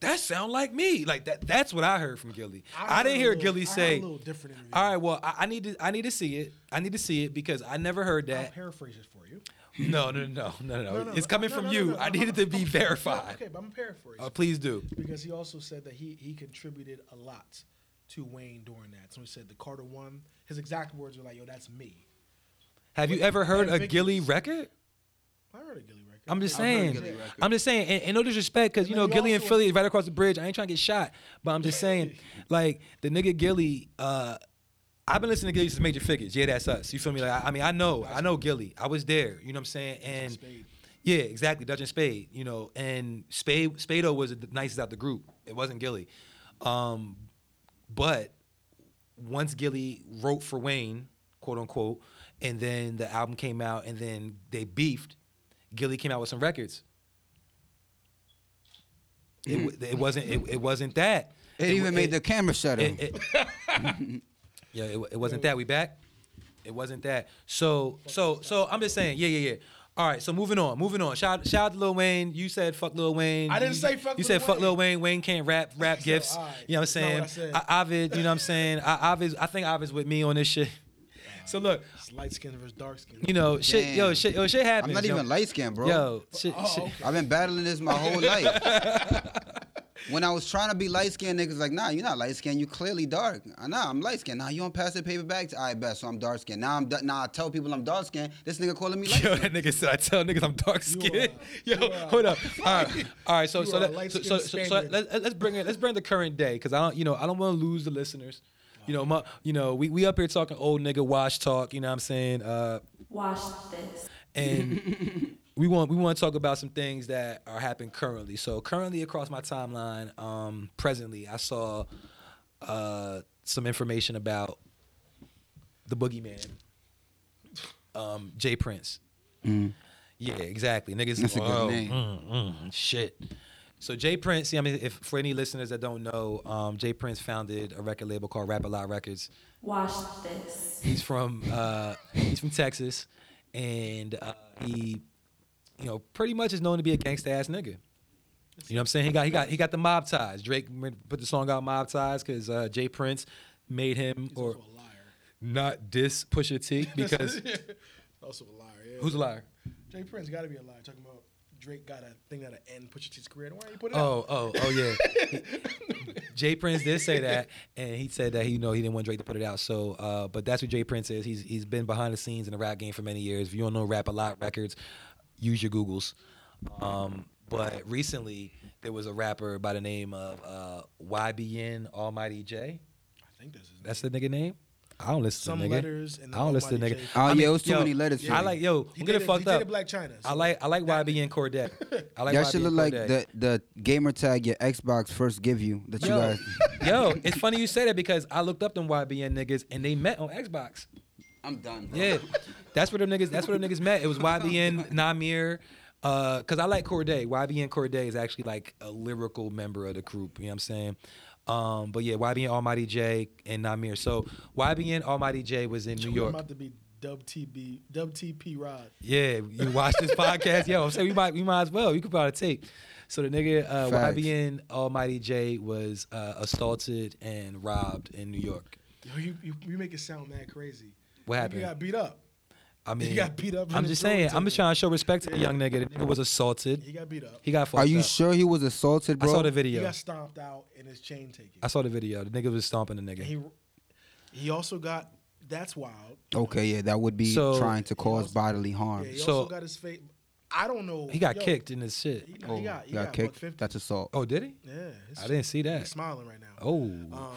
that sound like me. Like that. That's what I heard from Gilly. I I, heard didn't a hear little- I Gilly heard a say. little different in All right. Well, I, I need to. I need to see it. I need to see it because I never heard I'll that. paraphrase it for you. No, no, no, no, no, no. No, no, It's coming no, from no, no, you. no, no, I no, need it to be okay. verified. Okay, but I'm gonna paraphrase. Uh, please do. because he also said that he he contributed a lot to Wayne during that. So he said the Carter one. His exact words were like, "Yo, that's me." Have you ever heard a Ambiguous. Gilly record? I heard a Gilly record. I'm just I've heard saying. Gilly record. I'm just saying. And, and no disrespect, because you And know then you Gilly and also- Philly is right across the bridge. I ain't trying to get shot, but I'm just saying, like the nigga Gilly. uh I've been listening to Gilly since Major Figures. Yeah, that's us. You feel me? Like I, I mean, I know, I know Gilly. I was there. You know what I'm saying? And Spade. yeah, exactly. Dutch and Spade. You know, and Spade Spado was the nicest out the group. It wasn't Gilly, um, but once Gilly wrote for Wayne, quote unquote, and then the album came out and then they beefed, Gilly came out with some records. It, wa- it wasn't it, it wasn't that. It even wa- made the camera shut it- him. it- yeah, it, wa- it wasn't that. We back. It wasn't that. So so so I'm just saying. Yeah yeah yeah. All right, so moving on, moving on. Shout, shout out to Lil Wayne. You said fuck Lil Wayne. I didn't You- say fuck You Lil said fuck Wayne. Lil Wayne. Wayne can't rap, rap So, gifts. all right. You know what I'm That's not saying? what I said. I- Ovid, you know what I'm saying? I, Ovid's, I think Ovid's with me on this shit. So look, It's light skin versus dark skin. you know, shit, yo, Damn. shit, yo, shit happens. I'm not yo. even light skinned, bro. Yo, shit, Oh, shit. okay. I've been battling this my whole life. when I was trying to be light skinned, niggas like, nah, you're not light skinned. You clearly dark. "Ah, Nah, I'm light skinned. Nah, you don't pass the paper bags. I bet. So I'm dark skinned. Now I'm da- now I tell people I'm dark skinned. This nigga calling me light Yo, skinned. that nigga said I tell niggas I'm dark skinned. You Yo, are- you hold up. All right, all right. So, You so, are a let, so, light-skinned so, so, so Spaniard. let, us bring it. Let's bring the current day because I don't, you know, I don't want to lose the listeners. You know, my, you know, we, we up here talking old nigga wash talk. You know what I'm saying? Uh, Watch this. and we want we want to talk about some things that are happening currently. So currently across my timeline, um, presently, I saw uh, some information about the boogeyman, um, Jay Prince. Yeah, exactly. Niggas, Mm. That's a good oh, name. mm, mm, shit. So Jay Prince, see, I mean, if for any listeners that don't know, um, Jay Prince founded a record label called Rap a Lot Records. Watch this. He's from uh, he's from Texas, and uh, he, you know, pretty much is known to be a gangsta ass nigga. You know what I'm saying? He got he got he got the mob ties. Drake m- put the song out "Mob Ties" because uh, Jay Prince made him He's or also a liar. not diss Pusha T because also a liar. Yeah. who's a liar? Jay Prince? Got to be a liar. Talking about Drake got a thing that'll end Pusha T's career. Why you put it out? Oh oh oh yeah. Jay Prince did say that, and he said that he you know he didn't want Drake to put it out. So, uh, but that's what Jay Prince is. He's he's been behind the scenes in the rap game for many years. If you don't know Rap a Lot Records, use your Googles. Um, but recently there was a rapper by the name of uh, YBN Almighty J. I think this is That's the nigga name. I don't listen some to nigga. letters and I don't listen to nigga. Almighty J. Oh, I yeah, it was too many letters for I me. like yo. He I'm getting dated- fucked he dated up. Black China, I so like I like YBN Cordae. I like That YBN should look like Cordae. the, the gamer tag your Xbox first give you that you Yo, guys. yo, it's funny you say that because I looked up them YBN niggas and they met on Xbox. I'm done, bro. Yeah, that's where them niggas. That's where them niggas met. It was YBN Namir. Uh, cause I like Corday. YBN Corday is actually like a lyrical member of the group. You know what I'm saying? Um, but yeah, YBN Almighty J and Namir. So YBN Almighty J was in New I'm York. about to be WTB WTP Rod. Yeah, you watch this podcast. Yo, I'm saying we might we might as well. You could probably tape. So the nigga uh, Facts. YBN Almighty J was uh, assaulted and robbed in New York. Yo, you, you you make it sound mad crazy. What You happened? got beat up. I mean, got beat up in I'm the just saying. jury I'm just table. trying to show respect to the young nigga. The nigga was He assaulted. got beat up. He got fucked Are you up. sure he was assaulted, I bro? saw the He video. got stomped out and his chain taken. I saw the video. The nigga was stomping the nigga. he he also got that's wild. Okay, yeah, that would be So- trying to cause bodily Yeah, harm. he Um, So- also got his face. I don't know. He got yo, kicked in his shit. He, Oh, he got, he got got buck kicked. 50. That's assault. Oh, did he? yeah, his- I didn't see He's that. smiling right now. Oh. Um,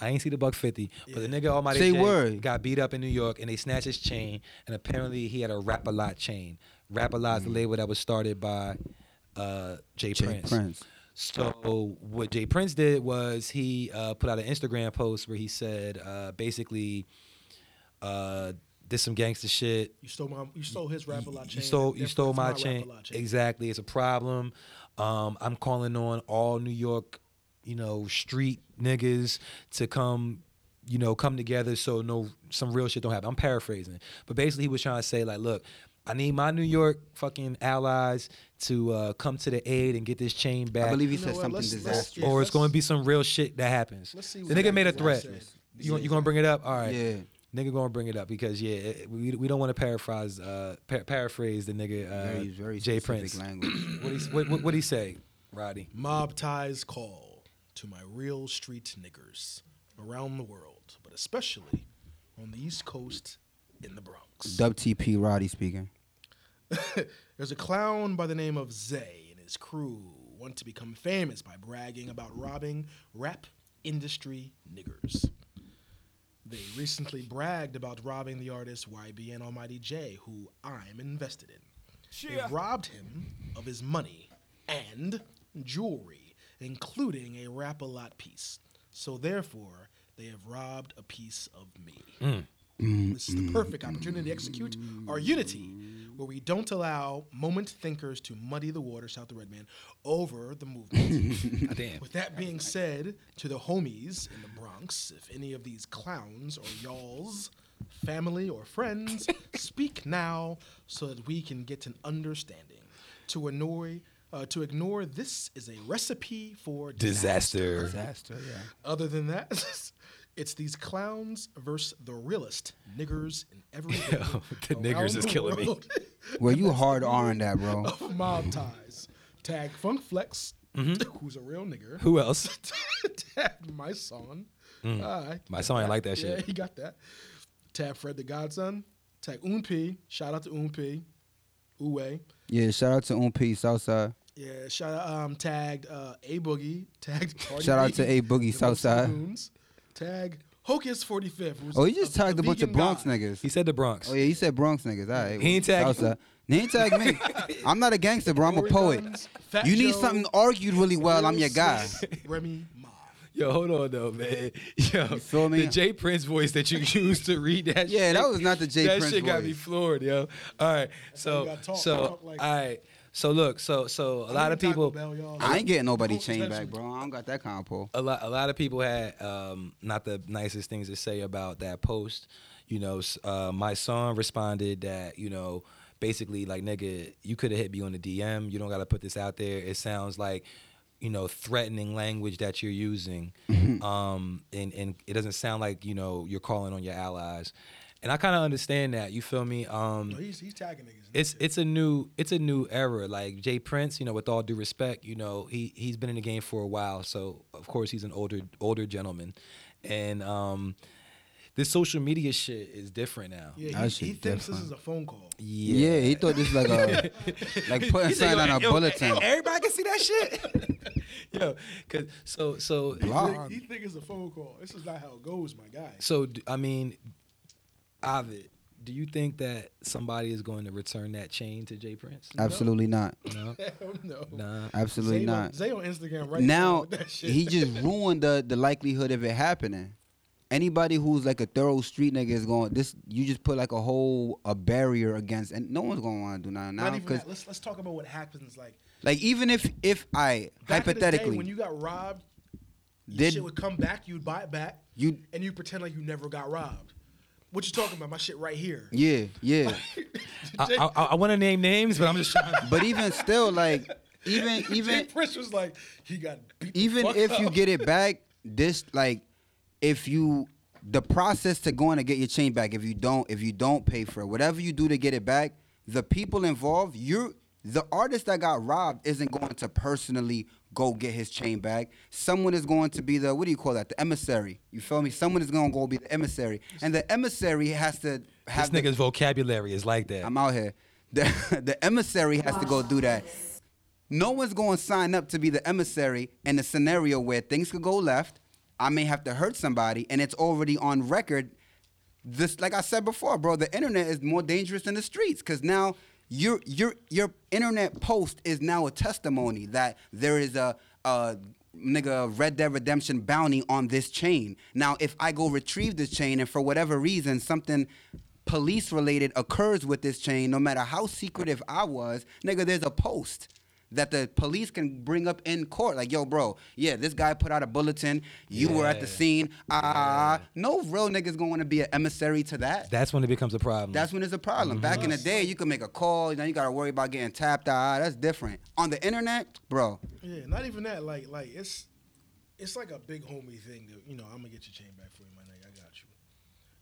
I ain't see the buck fifty, but the nigga Almighty Say J word. got beat up in New York, and they snatched his chain. And apparently, he had a Rap a Lot chain. Rap a Lot's the label that was started by uh, Jay, Mm. Jay Prince. Prince. So what Jay Prince did was he uh, put out an Instagram post where he said uh, basically uh, did some gangster shit. You stole my, you stole his rap a lot. You stole you stole my chain. Exactly. Exactly, it's a problem. Um, I'm calling on all New York, you know, street niggas to come, you know, come together so no some real shit don't happen. I'm paraphrasing, but basically he was trying to say like, look, I need my New York fucking allies to uh, come to the aid and get this chain back, I believe he know said what, something let's- let's- disastrous. yeah. or it's going to be some real shit that happens. Let's see the what nigga that made a is. threat. Disastrous. You, you gonna bring it up? All right. Yeah. Nigga gonna bring it up because yeah, it, we, we don't want to paraphrase uh, par- paraphrase the nigga uh, Very, very Jay Prince. specific language. What he what, what, what he say, Roddy? Mob ties call to my real street niggers around the world, but especially on the East Coast in the Bronx. WTP Roddy speaking. There's a clown by the name of Zay and his crew want to become famous by bragging about robbing rap industry niggers. They recently bragged about robbing the artist YB and Almighty J, who I'm invested in. They robbed him of his money and jewelry, including a rap a lot piece. So therefore, they have robbed a piece of me. This is the perfect opportunity to execute our unity, where we don't allow moment thinkers to muddy the water, shout the red man, over the movement. Damn. With that being said, to the homies in the Bronx, if any of these clowns or y'alls, family or friends, speak now so that we can get an understanding. To annoy, uh, to ignore this is a recipe for Disaster. Disaster, yeah. other than that, it's these clowns versus the realest niggers in every neighborhood the niggers around is the killing me. world Well, you hard R in that, bro. Of mob ties. Tag Funk Flex, who's a real nigger. Mm-hmm. Who else? Tag my son. Alright. My son ain't like that Yeah, shit. he got that. Tag Fred the Godson. Tag Oompi. Shout out to Oompi. Uwe. Yeah, shout out to Oompi Southside. Yeah, shout out um tagged uh, A Boogie, tagged Cardi Shout out B, to A the Boogie, Southside. Goons, Tag Hocus 45. who's Oh, he just tagged a bunch of vegan Bronx god. niggas. He said the Bronx. Oh yeah, he said Bronx niggas. All right. He ain't tag you. Southside. He ain't tag me. I'm not a gangster, bro. I'm a Tory poet. Guns, Fat You need Joe, something argued really well. I'm your Will guy. Smith, Remy Ma. Yo, hold on though, man. Yo, you feel me? The Jay Prince voice that you used to read that. Yeah, shit, that was not the Jay That Prince shit got me voice. floored, yo. All right, you so gotta talk. so Talk like- all right, so look, so so a lot of Taco people. Bell, y'all. I ain't getting nobody Don't chain touch back, me. bro. I don't got that compo. a lot a lot of people had um, not the nicest things to say about that post. You know, s- uh, my son responded that you know basically like nigga, you could have hit me on the DM. You don't got to put this out there. It sounds like you know threatening language that you're using, um, and and it doesn't sound like you know you're calling on your allies. And I kind of understand that. You feel me? Um, No, he's, he's tagging niggas. it's it's a new it's a new era. Like Jay Prince, you know, with all due respect, you know, he he's been in the game for a while, so of course he's an older older gentleman, and um, this social media shit is different now. yeah, That he, shit he thinks this different. is a phone call. Yeah. he thought this like a like putting something on a bulletin. Everybody can see that shit. Yo, cause so so Blog. He thinks it's a phone call. This is not how it goes, my guy. so d- I mean, Ovid, do you think that somebody is going to return that chain to Jay Prince? Absolutely not. No, Hell no. nah. Absolutely Zay not. On, Zay on Instagram right now. now with that shit. he just ruined the the likelihood of it happening. Anybody who's like a thorough street nigga is going this. You just put like a whole a barrier against, and no one's gonna want to do nothing now Not even because that. Let's let's talk about what happens. Like like even if if I back in the day hypothetically when you got robbed, your did shit would come back. You'd buy it back. You- and you pretend like you never got robbed. What you talking about? My shit right here. yeah yeah, I, I, I want to name names, but I'm just trying. but even still like even Jay even Prince was like, he got beat. the even fuck if up. you get it back, this like if you the process to going to get your chain back, if you don't if you don't pay for it, whatever you do to get it back, the people involved, you're the artist that got robbed isn't going to personally go get his chain back. Someone is going to be the what do you call that? The emissary. You feel me? Someone is gonna go be the emissary. And the emissary has to This have the- nigga's vocabulary is like that. I'm out here. The, the emissary has to go do that. No one's going to sign up to be the emissary in a scenario where things could go left. I may have to hurt somebody, and it's already on record. This, like I said before, bro, the internet is more dangerous than the streets because now your your your internet post is now a testimony that there is a, a uh, nigga Red Dead Redemption bounty on this chain. Now, if I go retrieve this chain and for whatever reason something police related occurs with this chain, no matter how secretive I was, nigga, there's a post. That the police can bring up in court, like, yo, bro, yeah, this guy put out a bulletin. You were at the Yeah. scene. Ah, no real nigga's gonna want to be an emissary to that. That's when it becomes a problem. That's when it's a problem. Back Mm-hmm. in the day, you could make a call. Now you gotta worry about getting tapped out. That's different. On the internet, bro. Yeah, not even that. Like, like it's it's like a big homie thing. That, you know, I'm gonna get your chain back for you, my nigga. I got you.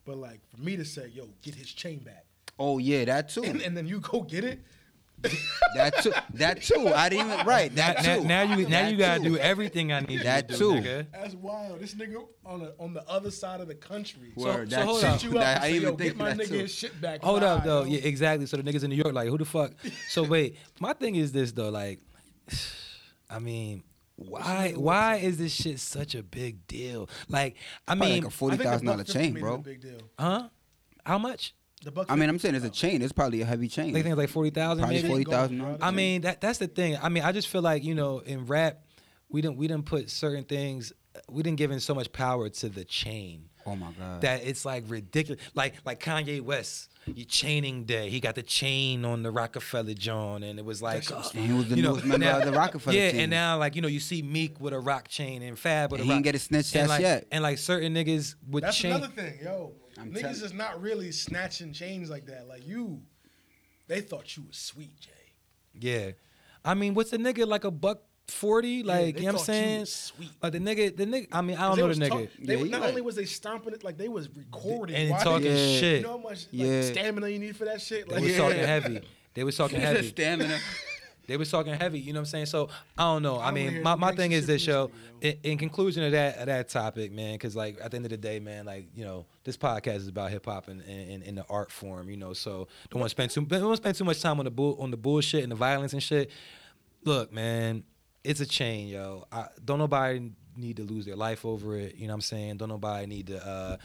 But like for me to say, yo, get his chain back, Oh yeah, that too. and, and then you go get it. that too. That too. I didn't even. Right. That now, too. now you now That you gotta too. do everything I need That you to too. do, nigga. That's wild. This nigga on the on the other side of the country. Word, so that hold too. up. Hit you up That- and say, didn't yo, even think get my of that nigga too. his shit back. Hold up live, though. yo. Yeah, exactly. So the niggas in New York like, who the fuck? So wait, my thing is this though, like I mean, why why is this shit such a big deal? Like, I Probably mean, like a I forty think the thousand dollar Buck chain, 50 bro. made it a big deal. huh? How much? The Buck I 50 mean, I'm saying it's a chain. It's probably a heavy chain. They think it's like 40,000 probably maybe. forty thousand. Gold, I mean, that that's the thing. I mean, I just feel like, you know, in rap, we didn't we didn't put certain things we didn't give in so much power to the chain. Oh my god. that it's like ridiculous. Like like Kanye West, you chaining day. He got the chain on the Rockefeller John, and it was like uh, and he was the you know, newest member now- of the Rockefeller Yeah, team. and now like you know you see Meek with a rock chain and Fab with And a he rock. ain't get a snitch and test like, yet. And like certain niggas with That's chain. another thing, yo. I'm Niggas telling- is not really snatching chains like that. Like you, they thought you was sweet, Jay. Yeah, I mean, what's the nigga like a buck? 40 like they you know what i'm thought you saying was sweet. like the nigga the nigga i mean i don't know They the was nigga talk- they Yeah, were- he not like- only was they stomping it, like they was recording and watching talking it. Yeah. shit You know how much like, Yeah. stamina you need for that shit? they Like, was Yeah. talking heavy they was talking It's a heavy stamina. They was talking heavy, you know what I'm saying? So I don't know. I, don't wanna mean, hear my, no my gangsta thing is shit this, from yo. this nigga, In, in conclusion of that of that topic, man, because like at the end of the day, man, like you know, this podcast is about hip hop and, and, and, the art form, you know. So don't want to spend too don't want to spend too much time on the bull on the bullshit and the violence and shit. Look, man, it's a chain, yo. I, don't nobody need to lose their life over it. You know what I'm saying? Don't nobody need to. uh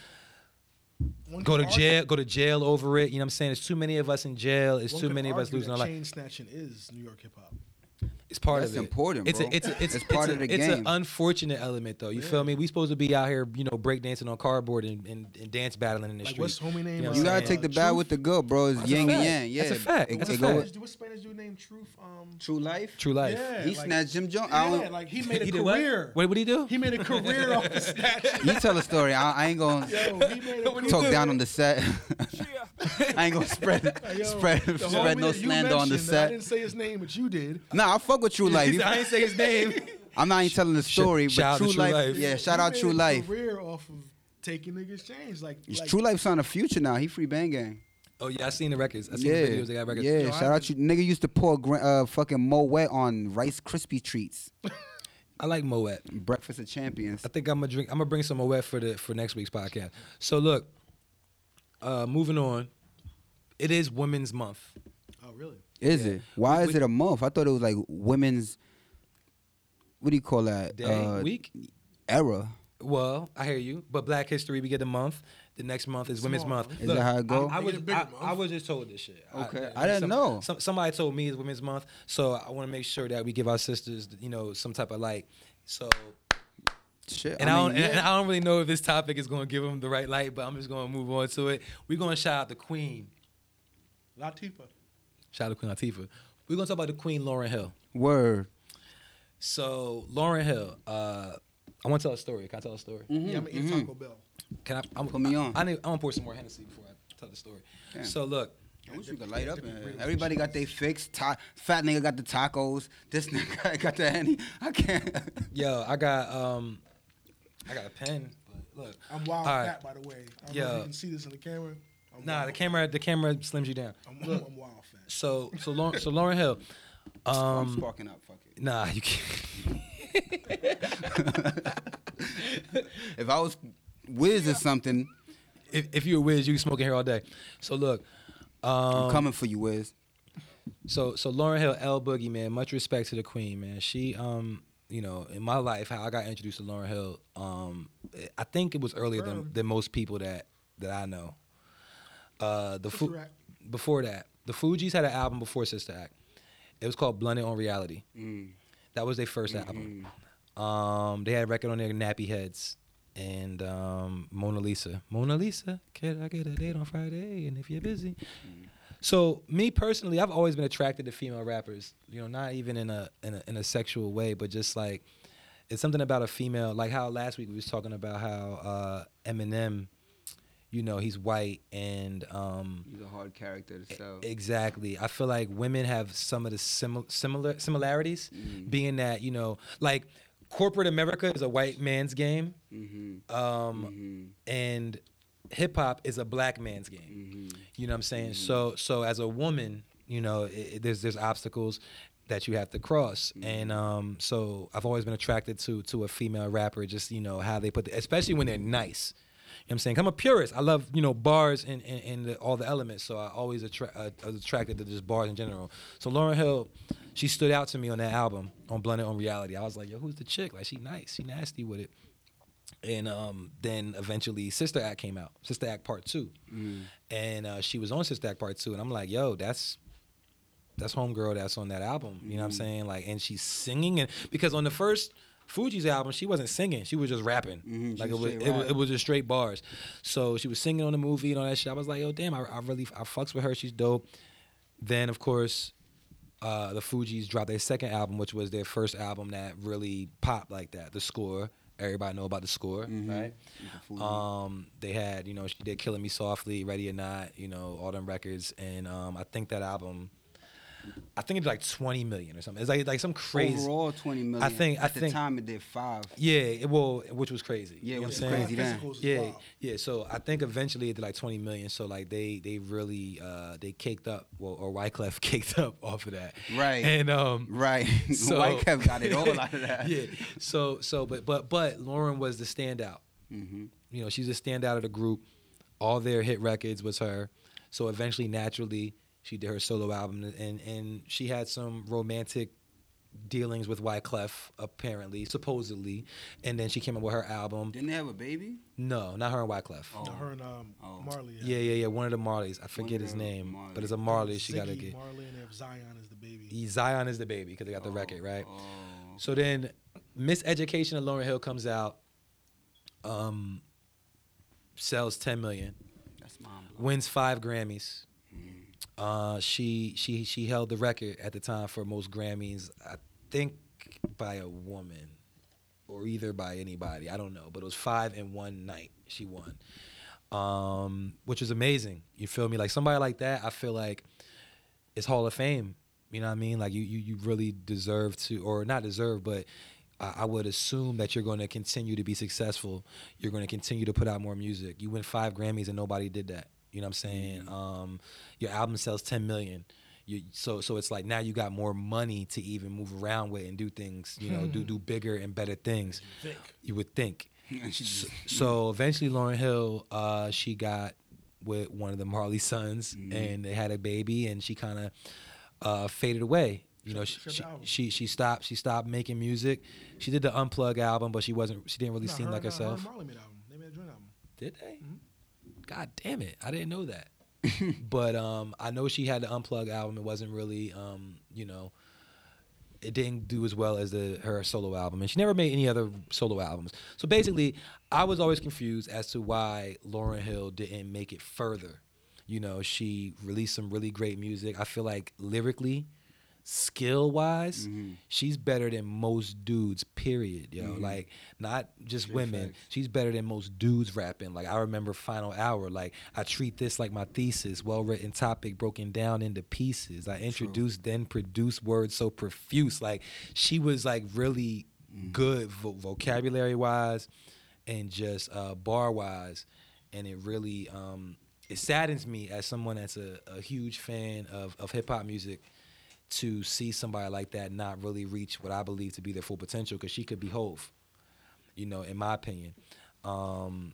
one go to could argue- jail, go to jail over it. You know what I'm saying? It's too many of us in jail. It's one too could many of us argue losing that our life. Chain snatching is New York hip hop. It's part That's of it. important, it's bro. A, it's, a, it's, It's part it's of a- the it's game. an unfortunate element, though. You feel me? We supposed to be out here, you know, breakdancing on cardboard and, and, and dance battling in the Like, street. what's homie name? You know what You I'm gotta saying? take the bad with the good, bro. It's a yin and fact. yang. Yeah, That's a fact. It, That's it a go fact. with- What's Spanish dude named Truth? Um, True life. True life. yeah, He like- snatched Jim Jones. I Yeah, don't- like he made a He did what? career. Wait, what'd he do? He made a career off the snatching. You tell a story. I, I ain't gonna Yo, he made a talk career. down on the set. I ain't gonna spread Yo, spread the spread no homie that you slander on mentioned, the I set. didn't say his name, but you did. Nah, I fuck with True Life. You- I ain't say his name. I'm not even telling the story, but shout out to True, True Life, Life. Yeah, shout He out made True a Life. Career off of taking niggas' chains, like, like True Life signed a future now. He free bang gang. oh yeah, I seen the records. I seen Yeah, the videos. They got records. yeah. Yo, I shout out you. Nigga used to pour gra- uh, fucking Moet on Rice Krispie treats. I like Moet. Breakfast of Champions. I think I'm gonna drink. I'm gonna bring some Moet for the for next week's podcast. So look, uh, moving on. It is Women's Month. Oh, really? Is yeah. it? Why We- is it a month? I thought it was like women's. What do you call that? Day, Uh, week? Era. Well, I hear you, but Black History we get a month. The next month is Women's Small Month. month. Is that how it go? I, I They was get a bigger I, month. I was just told this shit. Okay, I didn't know. Some, somebody told me it's Women's Month, so I want to make sure that we give our sisters, you know, some type of light. So, Shit. and I, I mean, don't, and I don't really know if this topic is going to give them the right light, but I'm just going to move on to it. We're going to shout out the Queen. Latifah. Shout out to Queen Latifah. We're going to talk about the Queen Lauren Hill. word. So Lauren Hill, uh, I want to tell a story. Can I tell a story? Mm-hmm, Yeah, I'm gonna eat Taco Bell. Can I? I'm, Put me on. I, I need, I'm gonna pour some more Hennessy before I tell the story. So look, I wish we could light up. in here. Everybody got their fix. Ta- fat nigga got the tacos. This nigga got the henny. I can't. yo, I got um, I got a pen. But look, I'm wild All right. fat, by the way. I don't know Yeah. if you can see this in the camera. I'm Nah, wild. the camera, the camera slims you down. I'm, I'm, I'm wild fat. So, so Lauren, so Lauren Hill. I'm Um, sparking up. Fuck it. nah, you can't. If I was Wiz or something, If, if you're a whiz, you can smoke in here all day. So look, um, I'm coming for you, Wiz. So so Lauren Hill, L Boogie, man, much respect to the Queen, man. She um, you know, in my life, how I got introduced to Lauren Hill, um, I think it was earlier than, than most people that that I know. Uh the Fu- Sister Act. before that. The Fugees had an album before Sister Act. It was called Blunted on Reality. That was their 1st album. Um, they had a record on their Nappy Heads and um, Mona Lisa. Mona Lisa, can I get a date on Friday? And if you're busy. So me personally, I've always been attracted to female rappers. You know, not even in a in a, in a sexual way, but just like it's something about a female. Like how last week we was talking about how uh, Eminem, you know, he's white and um, He's a hard character to sell. Exactly. I feel like women have some of the simil- similar similarities, being that you know, like corporate America is a white man's game, Um, and hip hop is a black man's game. You know what I'm saying? So, so as a woman, you know, it, it- there's there's obstacles that you have to cross, and um, so I've always been attracted to to a female rapper, just you know how they put, the, especially when they're nice. You know what I'm saying? 'Cause I'm a purist. I love, you know, bars and, and, and the, all the elements. So I always attra- uh, I was attracted to just bars in general. So Lauren Hill, she stood out to me on that album, on Blunted on Reality. I was like, yo, who's the chick? Like, she nice. She nasty with it. And um, then eventually Sister Act came out, Sister Act Part 2. Mm. And uh, she was on Sister Act Part 2. And I'm like, yo, that's that's homegirl that's on that album. You know Mm. what I'm saying? Like, and she's singing, and because on the first Fuji's album, she wasn't singing; she was just rapping. Like it Mm-hmm, was was, straight it was, rap. it was just straight bars. So she was singing on the movie and all that shit. I was like, yo, damn, I, I really I fucks with her. She's dope. Then of course, uh, the Fugees dropped their second album, which was their first album that really popped like that. The score. Everybody know about the score, Mm-hmm. right? Um, they had, you know, she did "Killing Me Softly," "Ready or Not," you know, all them records, and um, I think that album, I think it's like twenty million or something. It's like like some crazy. Overall, twenty million. think- I at the think- time it did five. Yeah, it, well, which was crazy. Yeah, you know which what is I'm saying? crazy then. Physicals is Yeah, wild. yeah. So I think eventually it did like 20 million. So like they they really uh they caked up, well, or Wyclef caked up off of that. Right. And um. Right. So, White Kev got it all out of that. yeah. So so but but but Lauren was the standout. Mm-hmm. You know, she's a standout of the group. All their hit records was her. So eventually, naturally, she did her solo album, and and she had some romantic dealings with Wyclef, apparently, supposedly, and then she came up with her album. Didn't they have a baby? No, not her and Wyclef. To her and um, Oh. Marley. Yeah, yeah, yeah. One of the Marleys. I forget of his the name, Marleys. but it's a Marley. She got to Ziggy, get. Marley and they have Zion is the baby. Zion is the baby because they Oh, got the record, right? So then Miseducation of Lauren Hill comes out, um, sells 10 million, That's mom. wins five Grammys. Uh, she she she held the record at the time for most Grammys, I think by a woman or either by anybody. I don't know, but it was five in one night she won, um, which is amazing. You feel me? Like somebody like that, I feel like it's Hall of Fame. You know what I mean? Like you you, you really deserve to, or not deserve, but I, I would assume that you're going to continue to be successful. You're going to continue to put out more music. You win five Grammys and nobody did that. You know what I'm saying? Um, your album sells 10 million. You, so so it's like now you got more money to even move around with and do things. You know, do do bigger and better things. You would think. so, so eventually, Lauren Hill, uh, she got with one of the Marley sons, Mm-hmm. and they had a baby, and she kind of uh, faded away. You know, she shut the she, album. she she stopped she stopped making music. She did the unplug album, but she wasn't she didn't really Nah, seem her like and, uh, her and herself. Marley made an album. They made a joint album. Did they? Mm-hmm. God damn it! I didn't know that. but um, I know she had the unplug album. It wasn't really um, you know, it didn't do as well as the her solo album, and she never made any other solo albums. So basically, I was always confused as to why Lauren Hill didn't make it further. You know, she released some really great music. I feel like lyrically, skill wise, she's better than most dudes. Period. Yo, like not just women. She's better than most dudes rapping. Like I remember Final Hour. Like I treat this like my thesis, well written topic broken down into pieces. I introduce then produce words so profuse. Like she was like really good vo- vocabulary wise, and just uh, bar wise, and it really. um it saddens me as someone that's a, a huge fan of, of hip hop music to see somebody like that not really reach what I believe to be their full potential because she could be Hove, you know, in my opinion. Um,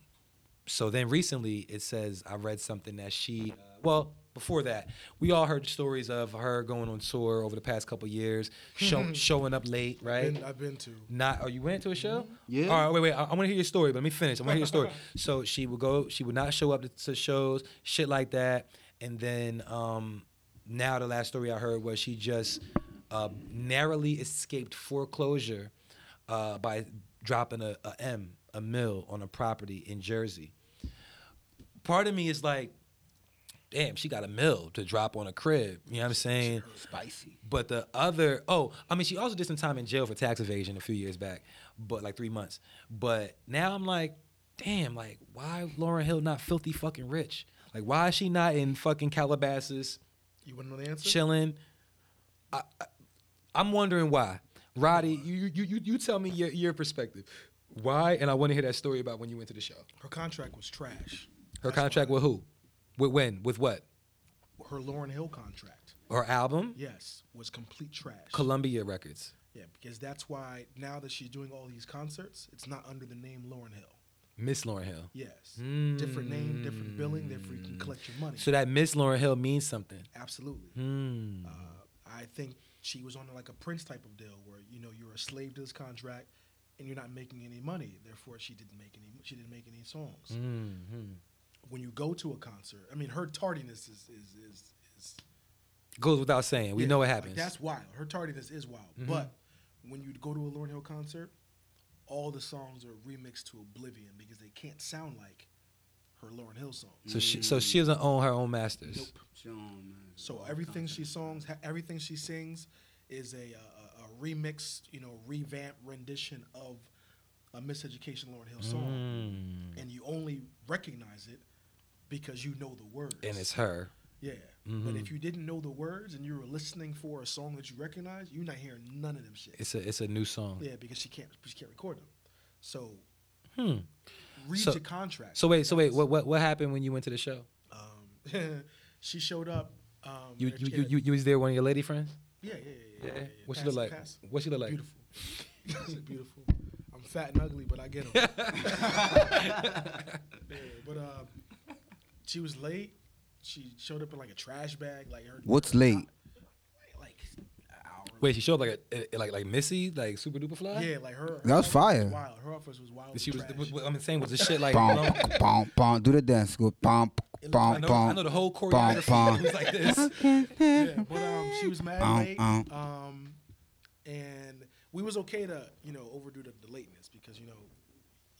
so then recently it says I read something that she, uh, well, before that, we all heard stories of her going on tour over the past couple years, show, showing up late, right? Been, I've been to. Not, oh, you went to a show? Yeah. All right, wait, wait. I, I want to hear your story, but let me finish. I want to hear your story. so she would go. She would not show up to, to shows, shit like that. And then um, now the last story I heard was she just uh, narrowly escaped foreclosure uh, by dropping a, a M, a mill on a property in Jersey. Part of me is like, damn, she got a mill to drop on a crib. You know what I'm saying? Spicy. But the other, oh, I mean, she also did some time in jail for tax evasion a few years back, but like three months. But now I'm like, damn, like why Lauren Hill not filthy fucking rich? Like why is she not in fucking Calabasas You want to know the answer? chilling? I, I, I'm wondering why. Roddy, you you you, you tell me your, your perspective. Why? And I want to hear that story about when you went to the show. Her contract was trash. Her contract with who? With when? With what? Her Lauren Hill contract, Her album? yes, was complete trash. Columbia Records. yeah, because that's why now that she's doing all these concerts, it's not under the name Lauren Hill. Miss Lauren Hill. Yes, different name, different billing. Therefore, you can collect your money. Hmm. So that Hmm. Miss Lauren Hill means something. Absolutely. Uh, I think she was on like a Prince type of deal where you know you're a slave to this contract and you're not making any money. Therefore, she didn't make any. She didn't make any songs. Hmm. When you go to a concert, I mean, her tardiness is is is. is Goes without saying. We yeah, know what like, happens. Mm-hmm. that's wild. Her tardiness is wild. But when you go to a Lauren Hill concert, all the songs are remixed to oblivion because they can't sound like her Lauren Hill songs. so she so she doesn't own her own masters. So everything she songs, ha- everything she sings, is a, uh, a a remix, you know, revamp rendition of a Miseducation Lauren Hill song, Mm. and you only recognize it because you know the words. And it's Mm-hmm. her. yeah. But if you didn't know the words and you were listening for a song that you recognize, you're not hearing none of them shit. It's a it's a new song. yeah, because she can't she can't record them. So Hmm. read So- the contract. So wait, so wait, guys. what what what happened when you went to the show? Um, she showed up. Um, You in a- you in you a- you, you was there one of your lady friends? Yeah, yeah, yeah. yeah, yeah, yeah. What she Pass- look like? pass. What she look like? Beautiful. She beautiful. I'm fat and ugly, but I get 'em. yeah, but uh, she was late. She showed up in like a trash bag, like her. What's late? Like, Wait, she showed up like a, a- like like Missy, like super duper fly. yeah, like her. her That was office fire. wild. Her office was wild. She was. trash. What I'm saying was the shit like. Bump, blown- bump, bump. Do the dance. Go bump, I bump, know, bump. I know the whole bump, choreography bump. was like this. yeah, but um, she was mad Um, late. um. Um, and we was okay to you know overdo the, the lateness because you know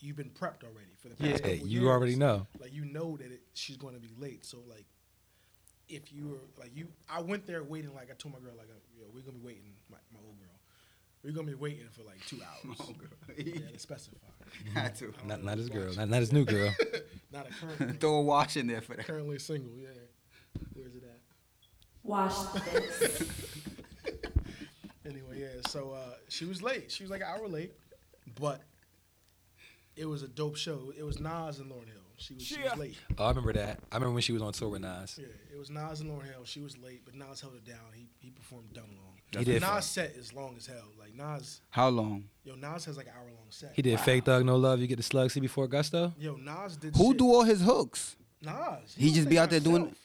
you've been prepped already for the past. Yeah, couple you years. already know. Like you know that it, she's going to be late. So like, if you were like you, I went there waiting. Like I told my girl, like uh, yo, we're gonna be waiting, my, my old girl. We're gonna be waiting for like two hours. yeah, to specify. Had to. Not not his girl, not, not his new girl. Not a current, Throw a wash in there for that. currently single. Yeah, where's it at? Wash this. Anyway, yeah. So uh, she was late. She was like an hour late, but it was a dope show. It was Nas and Lauren Hill. She was, she was late. Oh, I remember that. I remember when she was on tour with Nas. Yeah, it was Nas and Lauren Hill. She was late, but Nas held it down. He he performed dumb long. He did. Nas set is long as hell. Like Nas, How long? yo, Nas has like an hour long set. He did Fake Thug No Love. You get the slug. See before Gusto. Yo, Nas did. Who shit. do all his hooks? Nas? He was just be by out there doing- himself.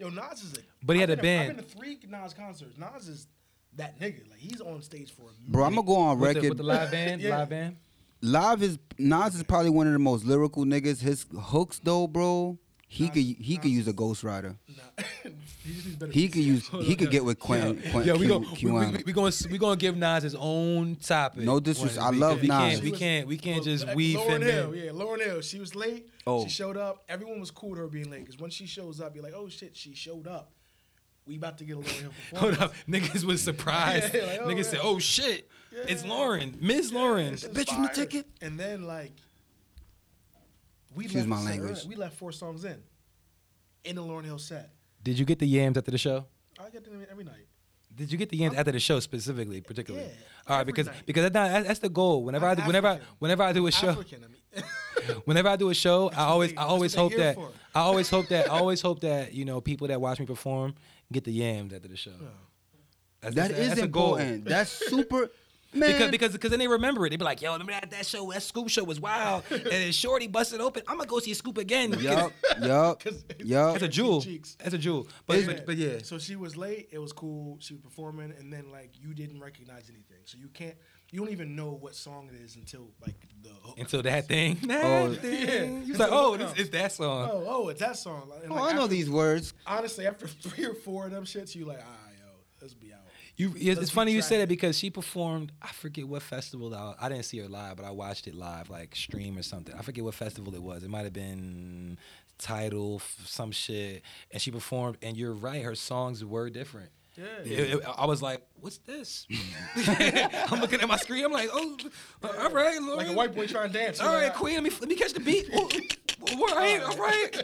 Yo, Nas is a. But he I've had a been to- band. I've been to three Nas concerts. Nas is that nigga. Like he's on stage for a Bro, I'm gonna go on With the, record. with the live band, Yeah. live band. Live is Nas is probably one of the most lyrical niggas. His hooks though, bro, he could he could use a ghostwriter. Nah. he just needs better. He could beats. use he could get with Quentin. Quen, Yeah, we Q- go. We, QM. we, we gonna we gonna give Nas his own topic. No disres- I Oh, We- love we Nas. Can't, we She was- can't we can't Well, just like, weave Lauren him Hill, in. yeah, Lauren Hill. She was late. Oh. She showed up. Everyone was cool to her being late because when she shows up, you're like, oh shit, she showed up. We about to get a Lauren Hill performance. Hold up, niggas was surprised. Yeah, like, oh, niggas yeah. said, "Oh shit, it's Lauren, Miss Lauren." This is Bitch, you need fire. ticket? And then like, we Excuse left my the set language. early. We left four songs in, in the Lauren Hill set. Did you get the yams after the show? I get them every night. Did you get the yams after the show specifically, particularly? Yeah, All right, every because night. because that's, not, that's the goal. Whenever I'm I whenever I, African. whenever I do a show, African, I mean. whenever I do a show, I always they- I that's always what hope they here that for. I always hope that I always hope that you know people that watch me perform get the yams after the show. That's, that that's a- is that's a goal. important. That's super. Man, Because, because because then they remember it. They be like, yo, remember that, that show, that Scoop show was wild. and then Shorty busted open. I'm gonna go see Scoop again. yup, yup, 'Cause- yup. That's a jewel. Cheeks. That's a jewel. But, Yeah. but, but yeah. So she was late. It was cool. She was performing, and then like you didn't recognize anything. So you can't. You don't even know what song it is until like the. oh, hook. Until that thing. That Oh. thing. You It's like, said, oh, "Look this, up." it's that song. Oh, oh, it's that song. And, Oh, like, I know after- these words. Honestly, after three or four of them shits, you like, ah, yo, Let's be out. You, it's, Let's it's funny you retract said it. that because she performed. I forget what festival. I, I didn't see her live, but I watched it live, like stream or something. I forget what festival it was. It might have been title f- some shit. And she performed. And you're right, her songs were different. Yeah. It- it- I was like, "What's this?" I'm looking at my screen. I'm like, "Oh, all right, Like a Lord. white boy trying to dance. All You're right, like, Queen, let me let me catch the beat. Ooh, ooh, all right, all right.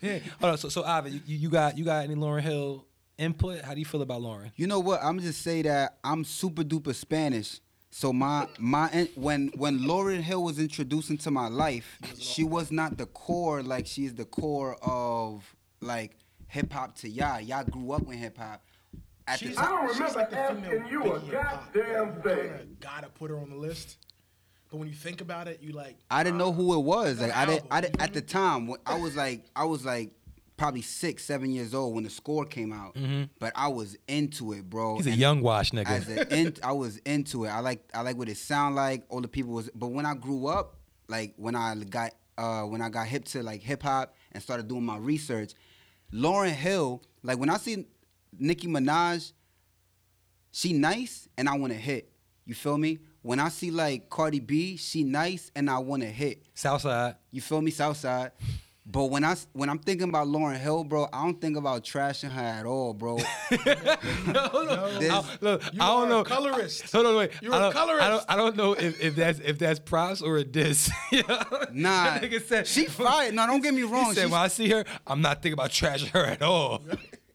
Yeah. Hold on. So, so Ivan, you, you got you got any Lauren Hill input? How do you feel about Lauren? You know what? I'm just say that I'm super duper Spanish. So my my when when Lauren Hill was introduced into my life, she was not the core like she is the core of like hip hop to y'all. Y'all grew up with hip hop. At the "Ah, She's- I time, don't she's remember like the asking female you a Biggie and Pop. goddamn You thing. kinda Gotta put her on the list. But when you think about it, you like. I didn't know who it was. Like I didn't. Album, I you didn't at the time. when- I was like I was like probably six, seven years old when the score came out. But I was into it, Mm-hmm. bro. He's a And young wash nigga. as an in, I was into it. I like I like what it sound like. All the people was, but when I grew up, like when I got uh, when I got hip to like hip hop and started doing my research, Lauren Hill, like when I see Nicki Minaj, she nice and I want to hit. You feel me? When I see like Cardi B, she nice and I want to hit. Southside. You feel me, Southside? But when I s- when I'm thinking about Lauren Hill, bro, I don't think about trashing her at all, bro. Hold on. This- I- Look, You I are don't a know. colorist. I- hold on, wait. You're I a don't- colorist. I don't, I don't know if, if that's if that's props or a diss. Nah, That nigga said, she fired. No, don't get me wrong. He said, She's when I see her, I'm not thinking about trashing her at all.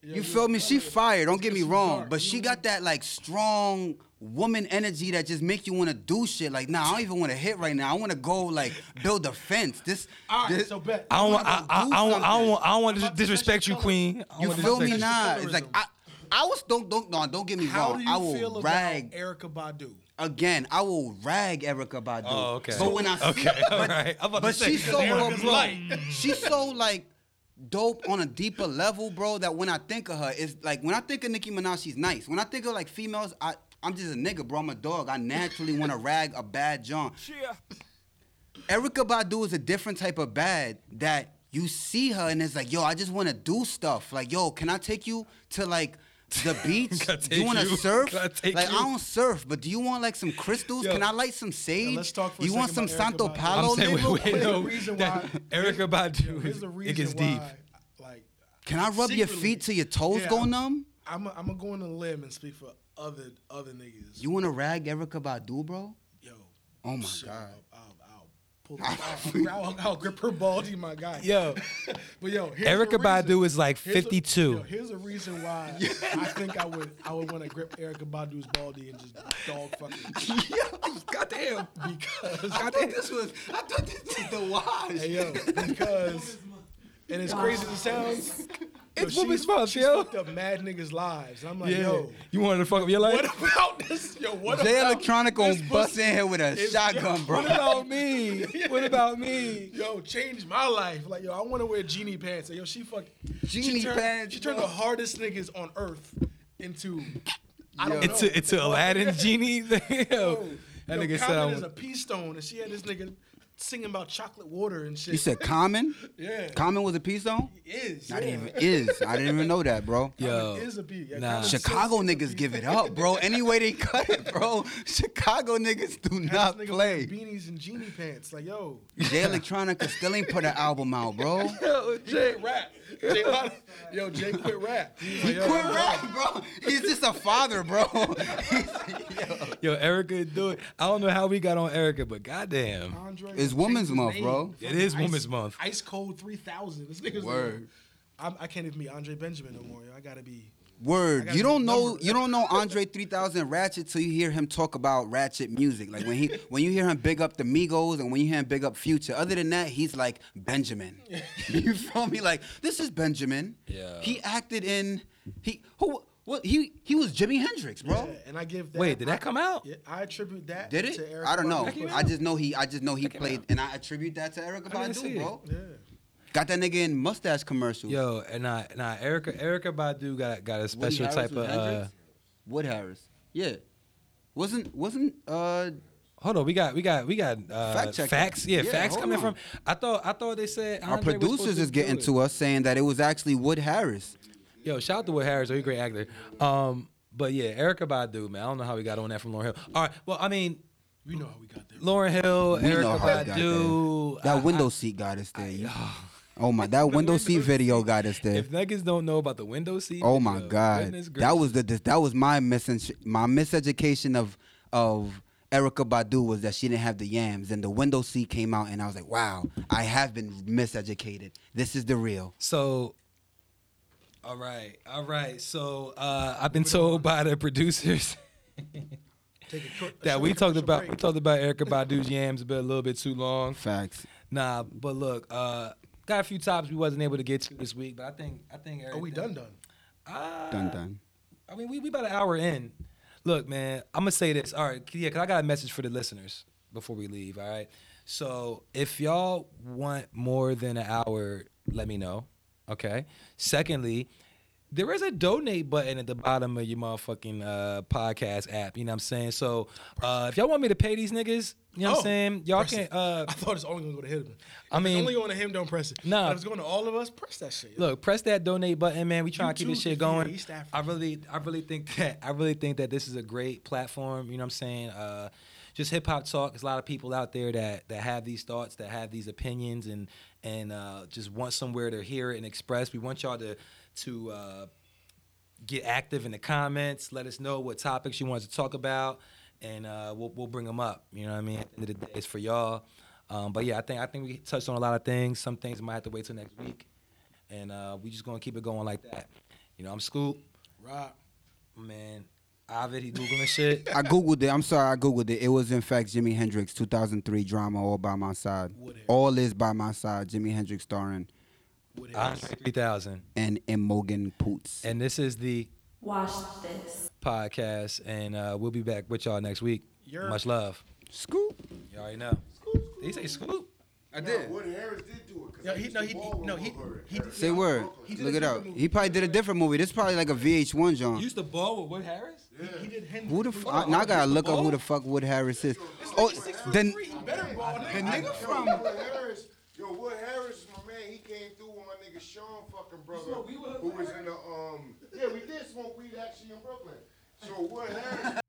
You feel me? She fire. Don't get me wrong, but she got that like strong woman energy that just make you want to do shit. Like, nah, I don't even want to hit right now. I want to go like build a fence. This, All right, this- so bet. I don't want. I, wanna go I, I, do don't. I don't something. want. I don't want to about to disrespect touch you, your Queen. I don't you wanna feel me? disrespect you. Nah, it's like I, I was don't don't no. Don't get me How wrong. do I you will feel rag about Erica Badu? again. I will rag Erica Badu. Oh, okay. But when I see, Okay, all but, right. I'm about but to say, she's so Erica's bro, light. she's so like dope on a deeper level, bro. That when I think of her, it's like when I think of Nicki Minaj, she's nice. When I think of like females, I I'm just a nigga, bro. I'm a dog. I naturally want to rag a bad John. Erica Badu is a different type of bad that you see her and it's like, yo, I just want to do stuff. Like, yo, can I take you to like the beach? Can I do you take want to you? surf? Can I Like, take I you? don't surf, but do you want like some crystals? Yo. Can I light some sage? let's talk for a you want some second about Erykah Santo Badu. Palo? I'm saying, nigga? wait, wait, Here's the no, reason that- why- Erica Badu. Here's the reason it gets why, deep. Like, Can I rub your secretly- feet till your toes Yeah, go I'm- numb? I'm i I'm gonna go on a limb and speak for other other niggas. You want to rag Erica Badu, bro? Yo, Oh my shit, god. I'll, I'll, I'll pull. I'll, I'll, I'll grip her baldy, my guy. Yo. but yo, here's Erica the reason. Badu is like Here's a- 52. yo, here's a reason why I think I would I would want to grip Erica Badu's baldy and just dog fucking Goddamn. because this was. I thought this was the wash. Hey, yo, because and as crazy as it sounds, It's yo, woman's she's- month, she's yo. Fucked up mad niggas' lives. And I'm like, Yeah. yo, You wanted to fuck up your life? what about this? Yo, what Jay about Electronic this gonna bust pussy? in here with a It's- shotgun, bro. What about me? What about me? Yo, change my life. Like, yo, I want to wear genie pants. Like, yo, she fucked. Genie she turned, pants, She turned bro. the hardest niggas on earth into. I don't It's know. a, it's a Aladdin genie. Yo, that Yo, nigga said I Common is a was. pea stone, and she had this nigga singing about chocolate water and shit. You said Common? Yeah. Common was a peace zone? is. Not yeah. even is. I didn't even know that, bro. Yo, It is a pea. Yeah, nah. Common says Chicago he's a niggas pea. give it up, bro. Any way they cut it, bro. Chicago niggas do Had this not nigga play. wearing Beanies and genie pants. Like, yo. Jay Electronica still ain't put an album out, bro. Jay rap. Jay, yo, Jay quit rap. He Quit rap, bro. He's just a father, bro. yo, Erica, do it. I don't know how we got on Erica, but goddamn, Andre It's Women's Month, bro. it is Women's Month. Ice Cold 3000. This nigga's Word. I'm, I can't even be Andre Benjamin no more. Yo. I gotta be. Word. gotta You don't be know numbered. you don't know Andre 3000 Ratchet till you hear him talk about Ratchet music. Like when he when you hear him big up the Migos and when you hear him big up Future. Other than that, he's like Benjamin. you feel me? Like this is Benjamin. Yeah. He acted in he who what he he was Jimi Hendrix, bro. Yeah, and I give that. Wait, did that come out? Yeah, I attribute that. Did To it? Eric I don't know. Badu's I pussy. just know he. I just know he played, and I attribute that to Erica I didn't see Badu, it. bro. Yeah. Got that nigga in mustache commercials. Yo, and I, and I, Erica, Erica Badu got got a Woody special Harris type of. was Uh, Hendrix? Wood Harris. Yeah. Wasn't wasn't uh hold on, we got, we got, we got uh, Fact check. facts. Yeah, Yeah, facts hold coming on. from. I thought, I thought they said our Andre was supposed producers is do getting it. to us saying that it was actually Wood Harris. Yo, shout out to Wood Harris, he's a great actor. Um, But yeah, Erica Badu, man. I don't know how we got on that from Lauren Hill. All right. Well, I mean, We know how we got there. Lauren Hill, We Erica know how it got Badu. there. I- uh, That window seat got us there. you- oh my, that window seat video got us there. if niggas don't know about the window seat, Oh my video, God, goodness gracious. that was the that was my mis my miseducation of of Erica Badu was that she didn't have the yams, and the window seat came out, and I was like, wow, I have been miseducated. This is the real. So, all right, all right. So uh, I've been told by the producers Take a short- a that short we talked commercial about break. we talked about Erica Badu's yams a bit a little bit too long. Facts. Nah, but look, uh, got a few topics we wasn't able to get to this week, but I think I think Are Oh, we done? everything- Done. Ah, Dun dun. I mean, we we about an hour in. Look, man, I'm gonna say this. All right, yeah, cause I got a message for the listeners before we leave. All right, so if y'all want more than an hour, let me know. Okay. Secondly, there is a donate button at the bottom of your motherfucking uh, podcast app. You know what I'm saying? So uh, if y'all want me to pay these niggas, you know what Oh, I'm saying? Y'all press can. it. Uh, I thought it's only gonna go to him. I it's mean- only going to him. Don't press it. Nah. But if it's going to all of us, press that shit. Look, press that donate button, man. We trying to keep this too shit can be going. in East Africa. I really, I really think that I really think that this is a great platform. You know what I'm saying? Uh, just hip hop talk. There's a lot of people out there that that have these thoughts, that have these opinions, and and uh, just want somewhere to hear it and express. We want y'all to to uh, get active in the comments. Let us know what topics you want us to talk about, and uh, we'll we'll bring them up. You know what I mean? At the end of the day, it's for y'all. Um, but yeah, I think I think we touched on a lot of things. Some things might have to wait till next week, and uh, we just gonna keep it going like that. You know, I'm Scoop, Rob. man. Ovid, he googling shit. I googled it. I'm sorry, I googled it. It was in fact Jimi Hendrix 2003 drama, all by my side. What is? All is by my side. Jimi Hendrix starring What is? Andre 3000, and Imogen Poots. Eh. and this is the Watch this. podcast, and uh, we'll be back with y'all next week. Yer. Much love. Scoop. You already know. Did he say Scoop? I did. Woody Harris did do it. 'cause No, I he- used no, to he- ball no, with he- Woody he- Harris. Say word. did a Look it different up. movie. He probably did a different movie. This probably like a VH1 John. Used to ball with Wood Harris? He did Henry. Who the f- I, now I gotta look Oh, up who the fuck Wood Harris is. Oh, then better ball the nigga Yo, from Woody Harris, yo, Wood Harris is my man. He came through with my nigga Sean fucking brother, who was in the um. Yeah, we did smoke weed actually in Brooklyn. So Wood Harris.